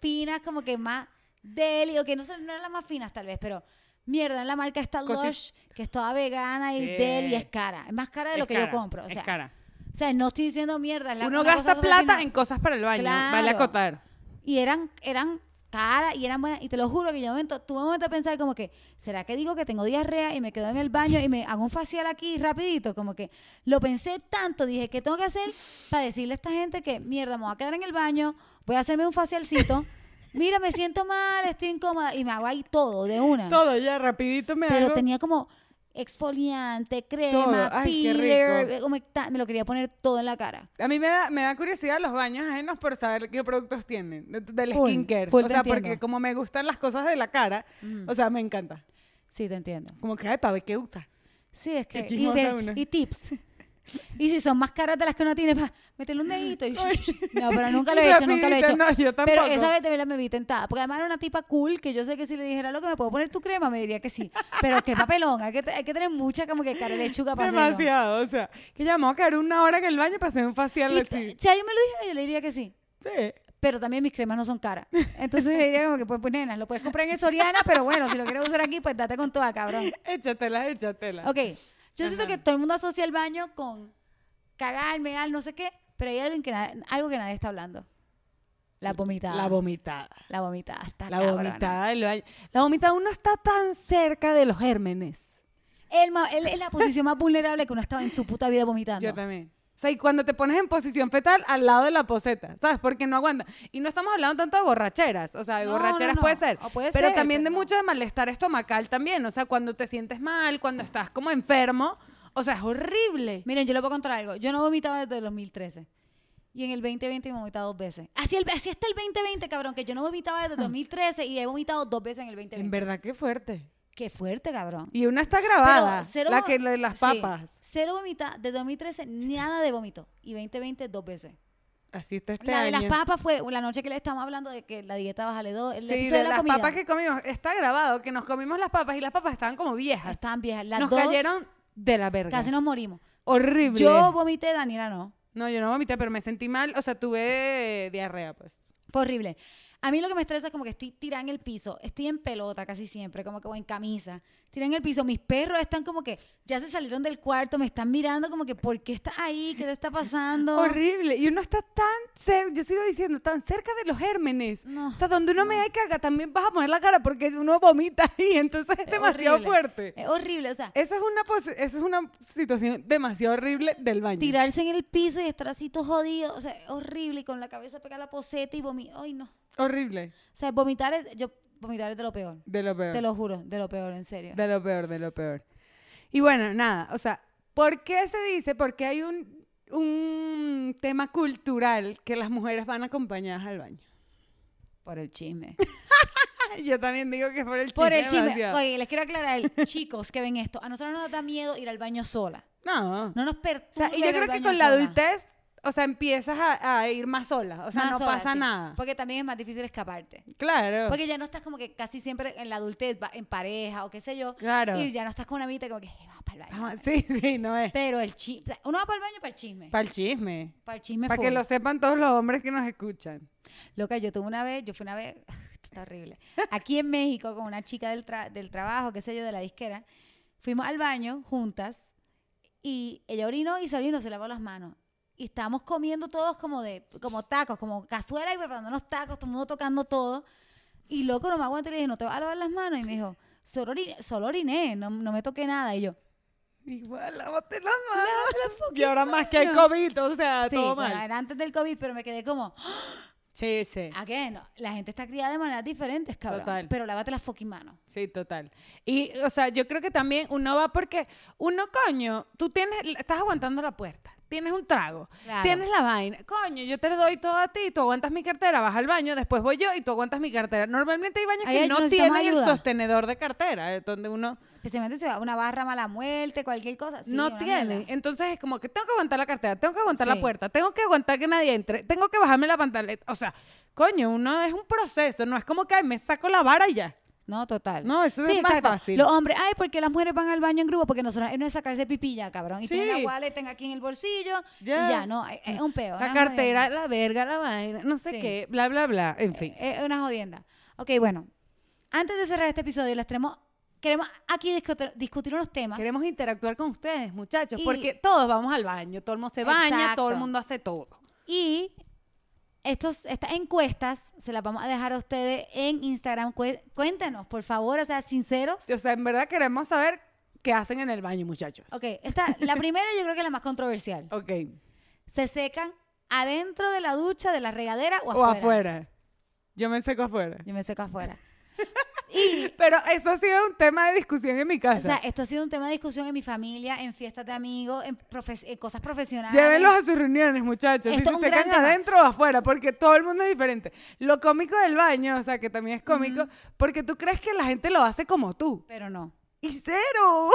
S1: finas, como que más deli, o que no, sé, no eran las más finas tal vez, pero mierda, en la marca está
S2: Cosi-
S1: Lush, que es toda vegana y
S2: Sí.
S1: deli, y es cara. Es más cara de lo
S2: Es
S1: que
S2: cara,
S1: yo compro. O
S2: es
S1: sea,
S2: cara.
S1: O sea, no estoy diciendo mierda. es la-
S2: Uno
S1: una cosa
S2: gasta
S1: súper
S2: plata
S1: fina.
S2: en cosas para el baño, vale
S1: Claro.
S2: acotar.
S1: Y eran, eran caras y eran buenas. Y te lo juro que yo momento, tuve un momento de pensar como que, ¿será que digo que tengo diarrea y me quedo en el baño y me hago un facial aquí rapidito? Como que lo pensé tanto, dije, ¿qué tengo que hacer para decirle a esta gente que, mierda, me voy a quedar en el baño, voy a hacerme un facialcito? Mira, me siento mal, estoy incómoda y me hago ahí todo de una.
S2: Todo ya, rapidito me
S1: Pero
S2: hago.
S1: tenía como exfoliante,
S2: Todo.
S1: crema,
S2: Ay, qué
S1: peeler,
S2: rico.
S1: como que ta- me lo quería poner todo en la cara.
S2: A mí me da, me da curiosidad los baños ajenos por saber qué productos tienen de- del
S1: Full,
S2: skincare.
S1: full,
S2: o
S1: te
S2: sea,
S1: entiendo.
S2: porque como me gustan las cosas de la cara,
S1: Mm.
S2: o sea, me encanta.
S1: Sí, te entiendo.
S2: Como que, ay, para ver qué usa.
S1: Sí, es
S2: Qué
S1: que. Y,
S2: chismosa
S1: ver-
S2: una.
S1: y tips. Y si son más caras de las que uno tiene, pa, meterle un dedito. Y no, pero nunca lo he hecho, nunca lo he
S2: Rapidito,
S1: hecho.
S2: No, yo tampoco.
S1: pero esa vez de verdad me vi tentada. Porque además era una tipa cool que yo sé que si le dijera lo que me puedo poner tu crema, me diría que sí. Pero qué papelón. Hay que, te- hay que tener mucha como que cara de lechuga para hacerlo.
S2: Demasiado, o sea, que ya me voy a quedar una hora en el baño para hacer un facial
S1: Y
S2: así.
S1: t- si alguien me lo dijera, yo le diría que sí.
S2: Sí.
S1: Pero también mis cremas no son caras. Entonces le diría como que, pues, pues nena, lo puedes comprar en el Soriana, pero bueno, si lo quieres usar aquí, pues date con toda, cabrón.
S2: Échatela, échatela.
S1: Ok, yo siento
S2: Ajá.
S1: que todo el mundo asocia el baño con cagar, mear, no sé qué, pero hay alguien que na- algo que nadie está hablando. La vomitada.
S2: La vomitada.
S1: La vomitada, está
S2: La
S1: cabrona.
S2: vomitada del baño. La vomitada uno está tan cerca de los gérmenes.
S1: Él, ma- él es la posición más vulnerable que uno estaba en su puta vida vomitando.
S2: Yo también. O sea, y cuando te pones en posición fetal al lado de la poseta, ¿sabes? Porque no aguanta. Y no estamos hablando tanto de borracheras, o sea, de
S1: No, no,
S2: borracheras
S1: no.
S2: puede ser.
S1: O puede
S2: pero
S1: ser,
S2: también de
S1: pero-
S2: mucho de malestar estomacal también, o sea, cuando te sientes mal, cuando estás como enfermo, o sea, es horrible.
S1: Miren, yo les voy a contar algo. Yo no vomitaba desde el 2013. Y en el 2020 he vomitado dos veces. Así, el, así está el 2020, cabrón, que yo no vomitaba desde el 2013 y he vomitado dos veces en el 2020.
S2: En verdad que fuerte.
S1: Qué fuerte, cabrón.
S2: Y una está
S1: Pero
S2: grabada,
S1: cero
S2: la
S1: vo-
S2: que la de
S1: sí,
S2: las papas.
S1: cero vomita de 2013, nada de vómito. Y 2020, dos veces.
S2: Así está este
S1: la de las
S2: año.
S1: papas fue la noche que le estábamos hablando de que la dieta bajale dos. El
S2: Sí,
S1: episodio
S2: de,
S1: de la
S2: las
S1: comida.
S2: papas que comimos. Está grabado que nos comimos las papas y las papas estaban como viejas.
S1: Estaban viejas. Las
S2: nos
S1: dos
S2: cayeron de la verga.
S1: casi nos morimos.
S2: Horrible.
S1: Yo vomité, Daniela no.
S2: No, yo no vomité, pero me sentí mal, o sea, tuve diarrea, pues.
S1: Fue horrible. A mí lo que me estresa es como que estoy tirada en el piso. Estoy en pelota casi siempre, como que o en camisa. Tirada en el piso. Mis perros están como que ya se salieron del cuarto, me están mirando como que, ¿por qué estás ahí? ¿Qué te está pasando?
S2: Horrible. Y uno está tan cerca, yo sigo diciendo, tan cerca de los gérmenes.
S1: No,
S2: o sea, donde uno me da y caga, también vas a poner la cara porque uno vomita ahí, entonces es,
S1: Es
S2: demasiado
S1: horrible. Eh.
S2: fuerte.
S1: Es horrible, o sea,
S2: Esa es, una posi- esa es una situación demasiado horrible del baño.
S1: tirarse en el piso y estar así todo jodido, o sea, es horrible y con la cabeza pegada a la poseta y vomitar. Ay, no. O
S2: Horrible.
S1: sea, vomitar es, yo, vomitar es de lo peor.
S2: De lo peor.
S1: Te lo juro, de lo peor, en serio.
S2: De lo peor, de lo peor. Y bueno, nada, o sea, ¿por qué se dice? Porque hay un, un tema cultural que las mujeres van acompañadas al baño.
S1: Por el chisme.
S2: Yo también digo que es por el chisme.
S1: Por el chisme.
S2: demasiado.
S1: Oye, les quiero aclarar, chicos que ven esto, a nosotros no nos da miedo ir al baño sola.
S2: No.
S1: No nos perturba.
S2: O sea,
S1: ir
S2: y yo
S1: al
S2: creo que
S1: baño
S2: con la
S1: sola.
S2: adultez, o sea, empiezas a, a ir más sola. O sea,
S1: Más
S2: no
S1: sola,
S2: pasa
S1: sí.
S2: nada.
S1: Porque también es más difícil escaparte.
S2: Claro.
S1: Porque ya no estás como que casi siempre en la adultez, va- en pareja o qué sé yo.
S2: Claro.
S1: Y ya no estás con una amita como que "Hey, vamos para el baño.
S2: Ah, Sí, sí, no es.
S1: Pero el chisme. Uno va para el baño para el chisme. Para
S2: Para el chisme.
S1: el chisme
S2: Para que
S1: full.
S2: lo sepan todos los hombres que nos escuchan.
S1: Loca, yo tuve una vez, yo fui una vez, esto está horrible. Aquí en México, con una chica del, tra- del trabajo, qué sé yo, de la disquera, fuimos al baño juntas y ella orinó y salió y no se lavó las manos. Y estábamos comiendo todos como de, como tacos, como cazuela y preparándonos tacos, todo el mundo tocando todo. Y loco, no me aguanté y le dije, ¿no te vas a lavar las manos? Y me dijo, solo oriné, solo oriné, no, no me toqué nada. Y yo,
S2: Igual, lávate las manos. y ahora más que hay
S1: manos.
S2: COVID, o sea,
S1: sí,
S2: Ah, todo
S1: bueno,
S2: mal.
S1: era antes del COVID, pero me quedé como,
S2: Sí, sí.
S1: ¿a qué? No, la gente está criada de maneras diferentes, cabrón.
S2: Total.
S1: Pero lávate las fucking manos.
S2: Sí, total. Y, o sea, yo creo que también uno va porque uno, coño, tú tienes, estás aguantando la puerta, tienes un trago,
S1: Claro.
S2: tienes la vaina. Coño, yo te doy todo a ti, tú aguantas mi cartera, vas al baño, después voy yo y tú aguantas mi cartera. Normalmente hay baños
S1: Ahí
S2: que
S1: hay-
S2: no tienen
S1: necesitamos
S2: el
S1: ayuda.
S2: sostenedor de cartera, eh, donde uno
S1: Especialmente si va a una barra mala muerte, cualquier cosa. sí,
S2: no
S1: una
S2: tiene.
S1: mierda.
S2: Entonces es como que tengo que aguantar la cartera, tengo que aguantar la
S1: Sí.
S2: puerta, tengo que aguantar que nadie entre, tengo que bajarme la pantaleta. O sea, coño, uno es un proceso, no es como que "Ay, me saco la vara y ya.
S1: No, total.
S2: No, eso es más fácil.
S1: Los hombres, ay, porque las mujeres van al baño en grupo, porque nosotros no es sacarse pipilla, cabrón. Y tienen
S2: Sí.
S1: la wallet, tenga aquí en el bolsillo.
S2: Ya.
S1: Y ya, no, es, es un peo.
S2: La
S1: una
S2: cartera, la verga, la vaina, no sé
S1: Sí. Eh,
S2: qué, bla, bla, bla, en fin.
S1: jodienda. Es una jodienda. Ok, bueno. Antes de cerrar este episodio, les tenemos, queremos aquí discutir, discutir unos temas.
S2: Queremos interactuar con ustedes, muchachos,
S1: Y-
S2: porque todos vamos al baño, todo el mundo se baña, todo el
S1: Exacto.
S2: mundo hace todo.
S1: Y estos, estas encuestas se las vamos a dejar a ustedes en Instagram. Cué- Cuéntenos, por favor, o sea, sinceros.
S2: O sea, en verdad queremos saber qué hacen en el baño, muchachos.
S1: Ok, esta, la primera yo creo que es la más controversial.
S2: Ok,
S1: se secan adentro de la ducha, de la regadera o
S2: o
S1: afuera.
S2: afuera. Yo me seco afuera.
S1: Yo me seco afuera.
S2: Pero eso ha sido un tema de discusión en mi
S1: O sea,
S2: casa.
S1: esto ha sido un tema de discusión en mi familia, en fiestas de amigos, en, profes- en cosas profesionales.
S2: Llévenlos a sus reuniones,
S1: Esto
S2: muchachos. si
S1: es
S2: se
S1: un
S2: secan
S1: gran tema.
S2: adentro o afuera, porque todo el mundo es diferente. Lo cómico del baño, o sea, que también es cómico, porque tú crees que la gente lo hace como tú.
S1: Pero no.
S2: Y cero.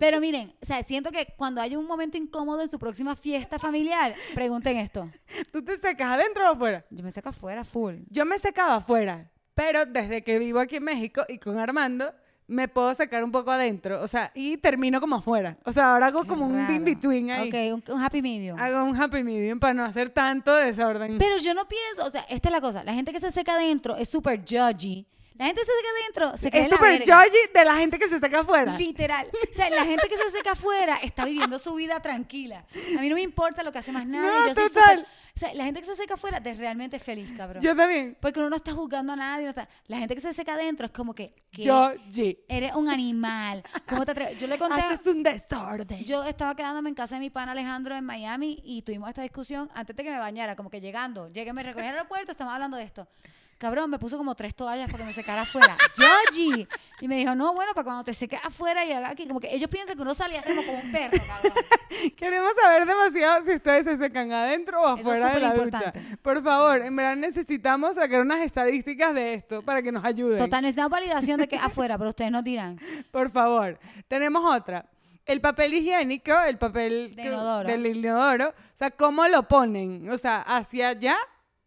S1: Pero miren, o sea, siento que cuando haya un momento incómodo en su próxima fiesta familiar, pregunten esto.
S2: ¿Tú te secas adentro o afuera?
S1: Yo me seco afuera, full.
S2: Yo me secaba afuera, pero desde que vivo aquí en México y con Armando, me puedo secar un poco adentro. O sea, y termino como afuera. O sea, ahora hago como un
S1: Raro.
S2: in-between ahí.
S1: Ok, un, un happy medium.
S2: Hago un happy medium para no hacer tanto desorden.
S1: Pero yo no pienso, o sea, esta es la cosa. La gente que se seca adentro es súper judgy. La gente que se seca adentro se cree
S2: es
S1: la
S2: súper
S1: verga.
S2: judgy de la gente que se seca afuera.
S1: Literal. O sea, la gente que se seca afuera está viviendo su vida tranquila. A mí no me importa lo que hace más nadie.
S2: No,
S1: yo soy
S2: total.
S1: súper- o sea, la gente que se seca afuera es realmente feliz, cabrón.
S2: Yo también.
S1: Porque uno no está juzgando a nadie. no está- La gente que se seca adentro es como que. ¿qué?
S2: Judgy.
S1: Eres un animal. ¿Cómo te atreves? Yo le conté.
S2: Haces un desorden.
S1: Yo estaba quedándome en casa de mi pana Alejandro en Miami y tuvimos esta discusión antes de que me bañara, como que llegando. Llegué, me recogí al aeropuerto, estábamos hablando de esto. Cabrón, me puso como tres toallas porque me secara afuera. ¡Georgie! Y me dijo, no, bueno, para cuando te seques afuera y haga aquí. Como que ellos piensan que uno salía así como, como un perro, cabrón.
S2: Queremos saber demasiado si ustedes se secan adentro o
S1: es
S2: afuera de la ducha.
S1: superimportante.
S2: Por favor, en verdad necesitamos sacar unas estadísticas de esto para que nos ayuden.
S1: Total, necesitamos validación de que afuera, pero ustedes nos dirán.
S2: Por favor, tenemos otra. El papel higiénico, el papel
S1: De
S2: que-
S1: inodoro.
S2: del inodoro, o sea, ¿cómo lo ponen? O sea, ¿hacia allá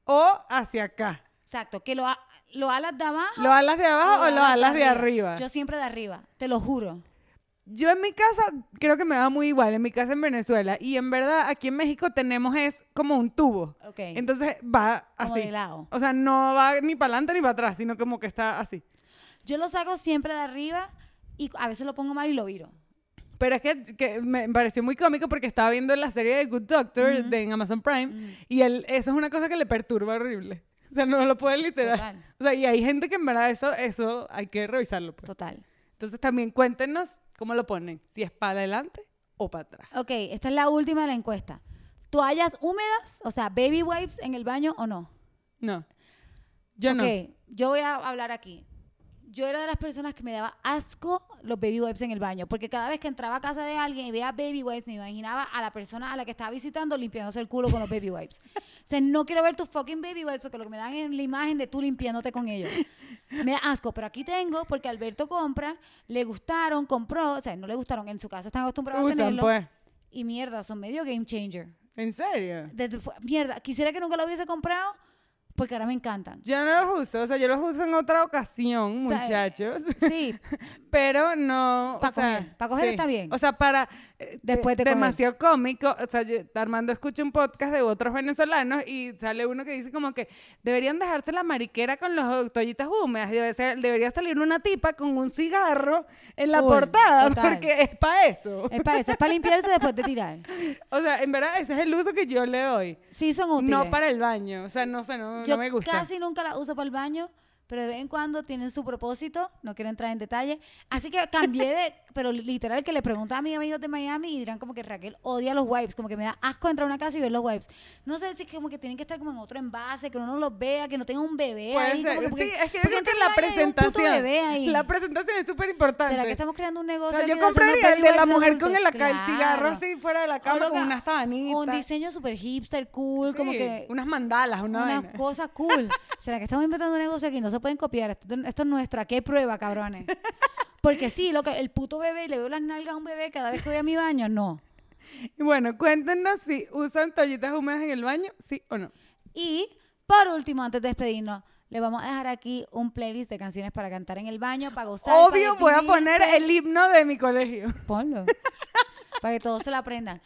S2: o hacia acá?
S1: Exacto, que lo, ha- lo alas de abajo.
S2: ¿Lo alas de abajo o
S1: lo
S2: lo alas de arriba?
S1: Yo siempre de arriba, te lo juro.
S2: Yo en mi casa creo que me da muy igual, en mi casa en Venezuela y en verdad aquí en México tenemos es como un tubo.
S1: Ok.
S2: Entonces va
S1: como
S2: así.
S1: de lado.
S2: O sea, no va ni para adelante ni para atrás, sino como que está así.
S1: Yo lo saco siempre de arriba y a veces lo pongo mal y lo viro.
S2: Pero es que, que me pareció muy cómico porque estaba viendo la serie de Good Doctor
S1: Ujú.
S2: de, en Amazon Prime
S1: Ujú.
S2: y él, eso es una cosa que le perturba horrible. O sea, no lo puede literal.
S1: Total.
S2: O sea, y hay gente que en verdad eso, eso hay que revisarlo. pues.
S1: Total.
S2: Entonces también cuéntenos cómo lo ponen, si es para adelante o para atrás.
S1: Ok, esta es la última de la encuesta. ¿Toallas húmedas, o sea, baby wipes en el baño o no?
S2: No. Yo
S1: ok, yo voy a hablar aquí. Yo era de las personas que me daba asco los baby wipes en el baño, porque cada vez que entraba a casa de alguien y veía baby wipes, me imaginaba a la persona a la que estaba visitando limpiándose el culo con los baby wipes. O sea, no quiero ver tus fucking baby wipes, porque lo que me dan es la imagen de tú limpiándote con ellos. Me da asco, pero aquí tengo, porque Alberto compra, le gustaron, compró, o sea, no le gustaron, en su casa están
S2: no.
S1: acostumbrados a
S2: Usan,
S1: tenerlo.
S2: pues.
S1: Y mierda, son medio game changer.
S2: ¿En serio?
S1: Desde fu- mierda, quisiera que nunca lo hubiese comprado porque ahora me encantan.
S2: Yo no los uso, o sea, yo los uso en otra ocasión,
S1: O sea,
S2: muchachos,
S1: Sí,
S2: pero no... o
S1: Pa'
S2: sea,
S1: coger, pa' coger está bien.
S2: O sea, para... eh,
S1: Después de coger.
S2: Demasiado cómico, o sea, yo- Armando escucha un podcast de otros venezolanos y sale uno que dice como que deberían dejarse la mariquera con los toallitas húmedas, y debe ser- debería salir una tipa con un cigarro en la
S1: Full,
S2: portada,
S1: total.
S2: porque es para eso.
S1: es para eso, es para limpiarse después de tirar.
S2: O sea, en verdad, ese es el uso que yo le doy.
S1: Sí, son útiles.
S2: No para el baño, o sea, no sé, no, no
S1: Yo
S2: me gusta.
S1: casi nunca la uso para el baño, pero de vez en cuando tienen su propósito, no quiero entrar en detalle. Así que cambié de, pero literal que le preguntaba a mis amigos de Miami y dirán como que Raquel odia los wipes, como que me da asco entrar a una casa y ver los wipes. No sé si es como que tienen que estar como en otro envase, que uno no los vea, que no tenga un bebé
S2: Puede
S1: ahí.
S2: ser.
S1: como que- porque-
S2: sí, es que yo
S1: porque
S2: creo
S1: entra el
S2: que la
S1: baño y hay un puto
S2: presentación.
S1: bebé ahí.
S2: La presentación es súper importante.
S1: ¿Será que estamos creando un
S2: o
S1: negocio?
S2: sea, yo
S1: aquí de hacer unos
S2: compraría el de
S1: baby
S2: la
S1: wipes
S2: mujer con el,
S1: adultos?
S2: acá el cigarro
S1: Claro.
S2: así fuera de la
S1: O
S2: cama
S1: loca,
S2: con una sabanita.
S1: Un diseño super hipster, cool, como
S2: Sí,
S1: que
S2: unas mandalas, una,
S1: una
S2: vaina.
S1: cosa cool. ¿Será que estamos inventando un negocio aquí? No se pueden copiar. Esto, esto es nuestro. ¿A qué prueba, cabrones? Porque sí, lo el puto bebé, le veo las nalgas a un bebé cada vez que voy a mi baño. No.
S2: Y bueno, cuéntenos si usan toallitas húmedas en el baño, sí o no.
S1: Y por último, antes de despedirnos, le vamos a dejar aquí un playlist de canciones para cantar en el baño, para gozar. para
S2: Obvio, voy a poner
S1: deprimirse.
S2: el himno de mi colegio.
S1: Ponlo. para que todos se lo aprendan.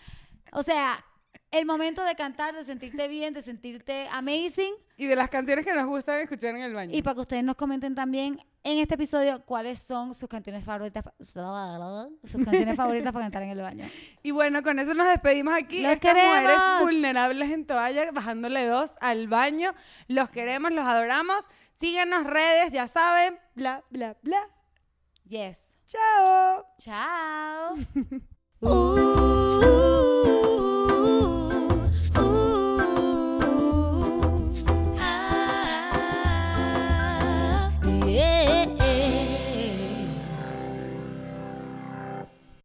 S1: O sea, el momento de cantar, de sentirte bien, de sentirte amazing.
S2: Y de las canciones que nos gustan escuchar en el baño.
S1: Y para que ustedes nos comenten también en este episodio cuáles son sus canciones favoritas, sus canciones favoritas para cantar en el baño.
S2: Y bueno, con eso nos despedimos aquí.
S1: ¡Los
S2: Estas mujeres
S1: queremos!
S2: vulnerables en toalla, bajándole dos al baño. Los queremos, los adoramos. Síganos redes, ya saben. Bla, bla, bla.
S1: Yes.
S2: Chao.
S1: Chao. Uh.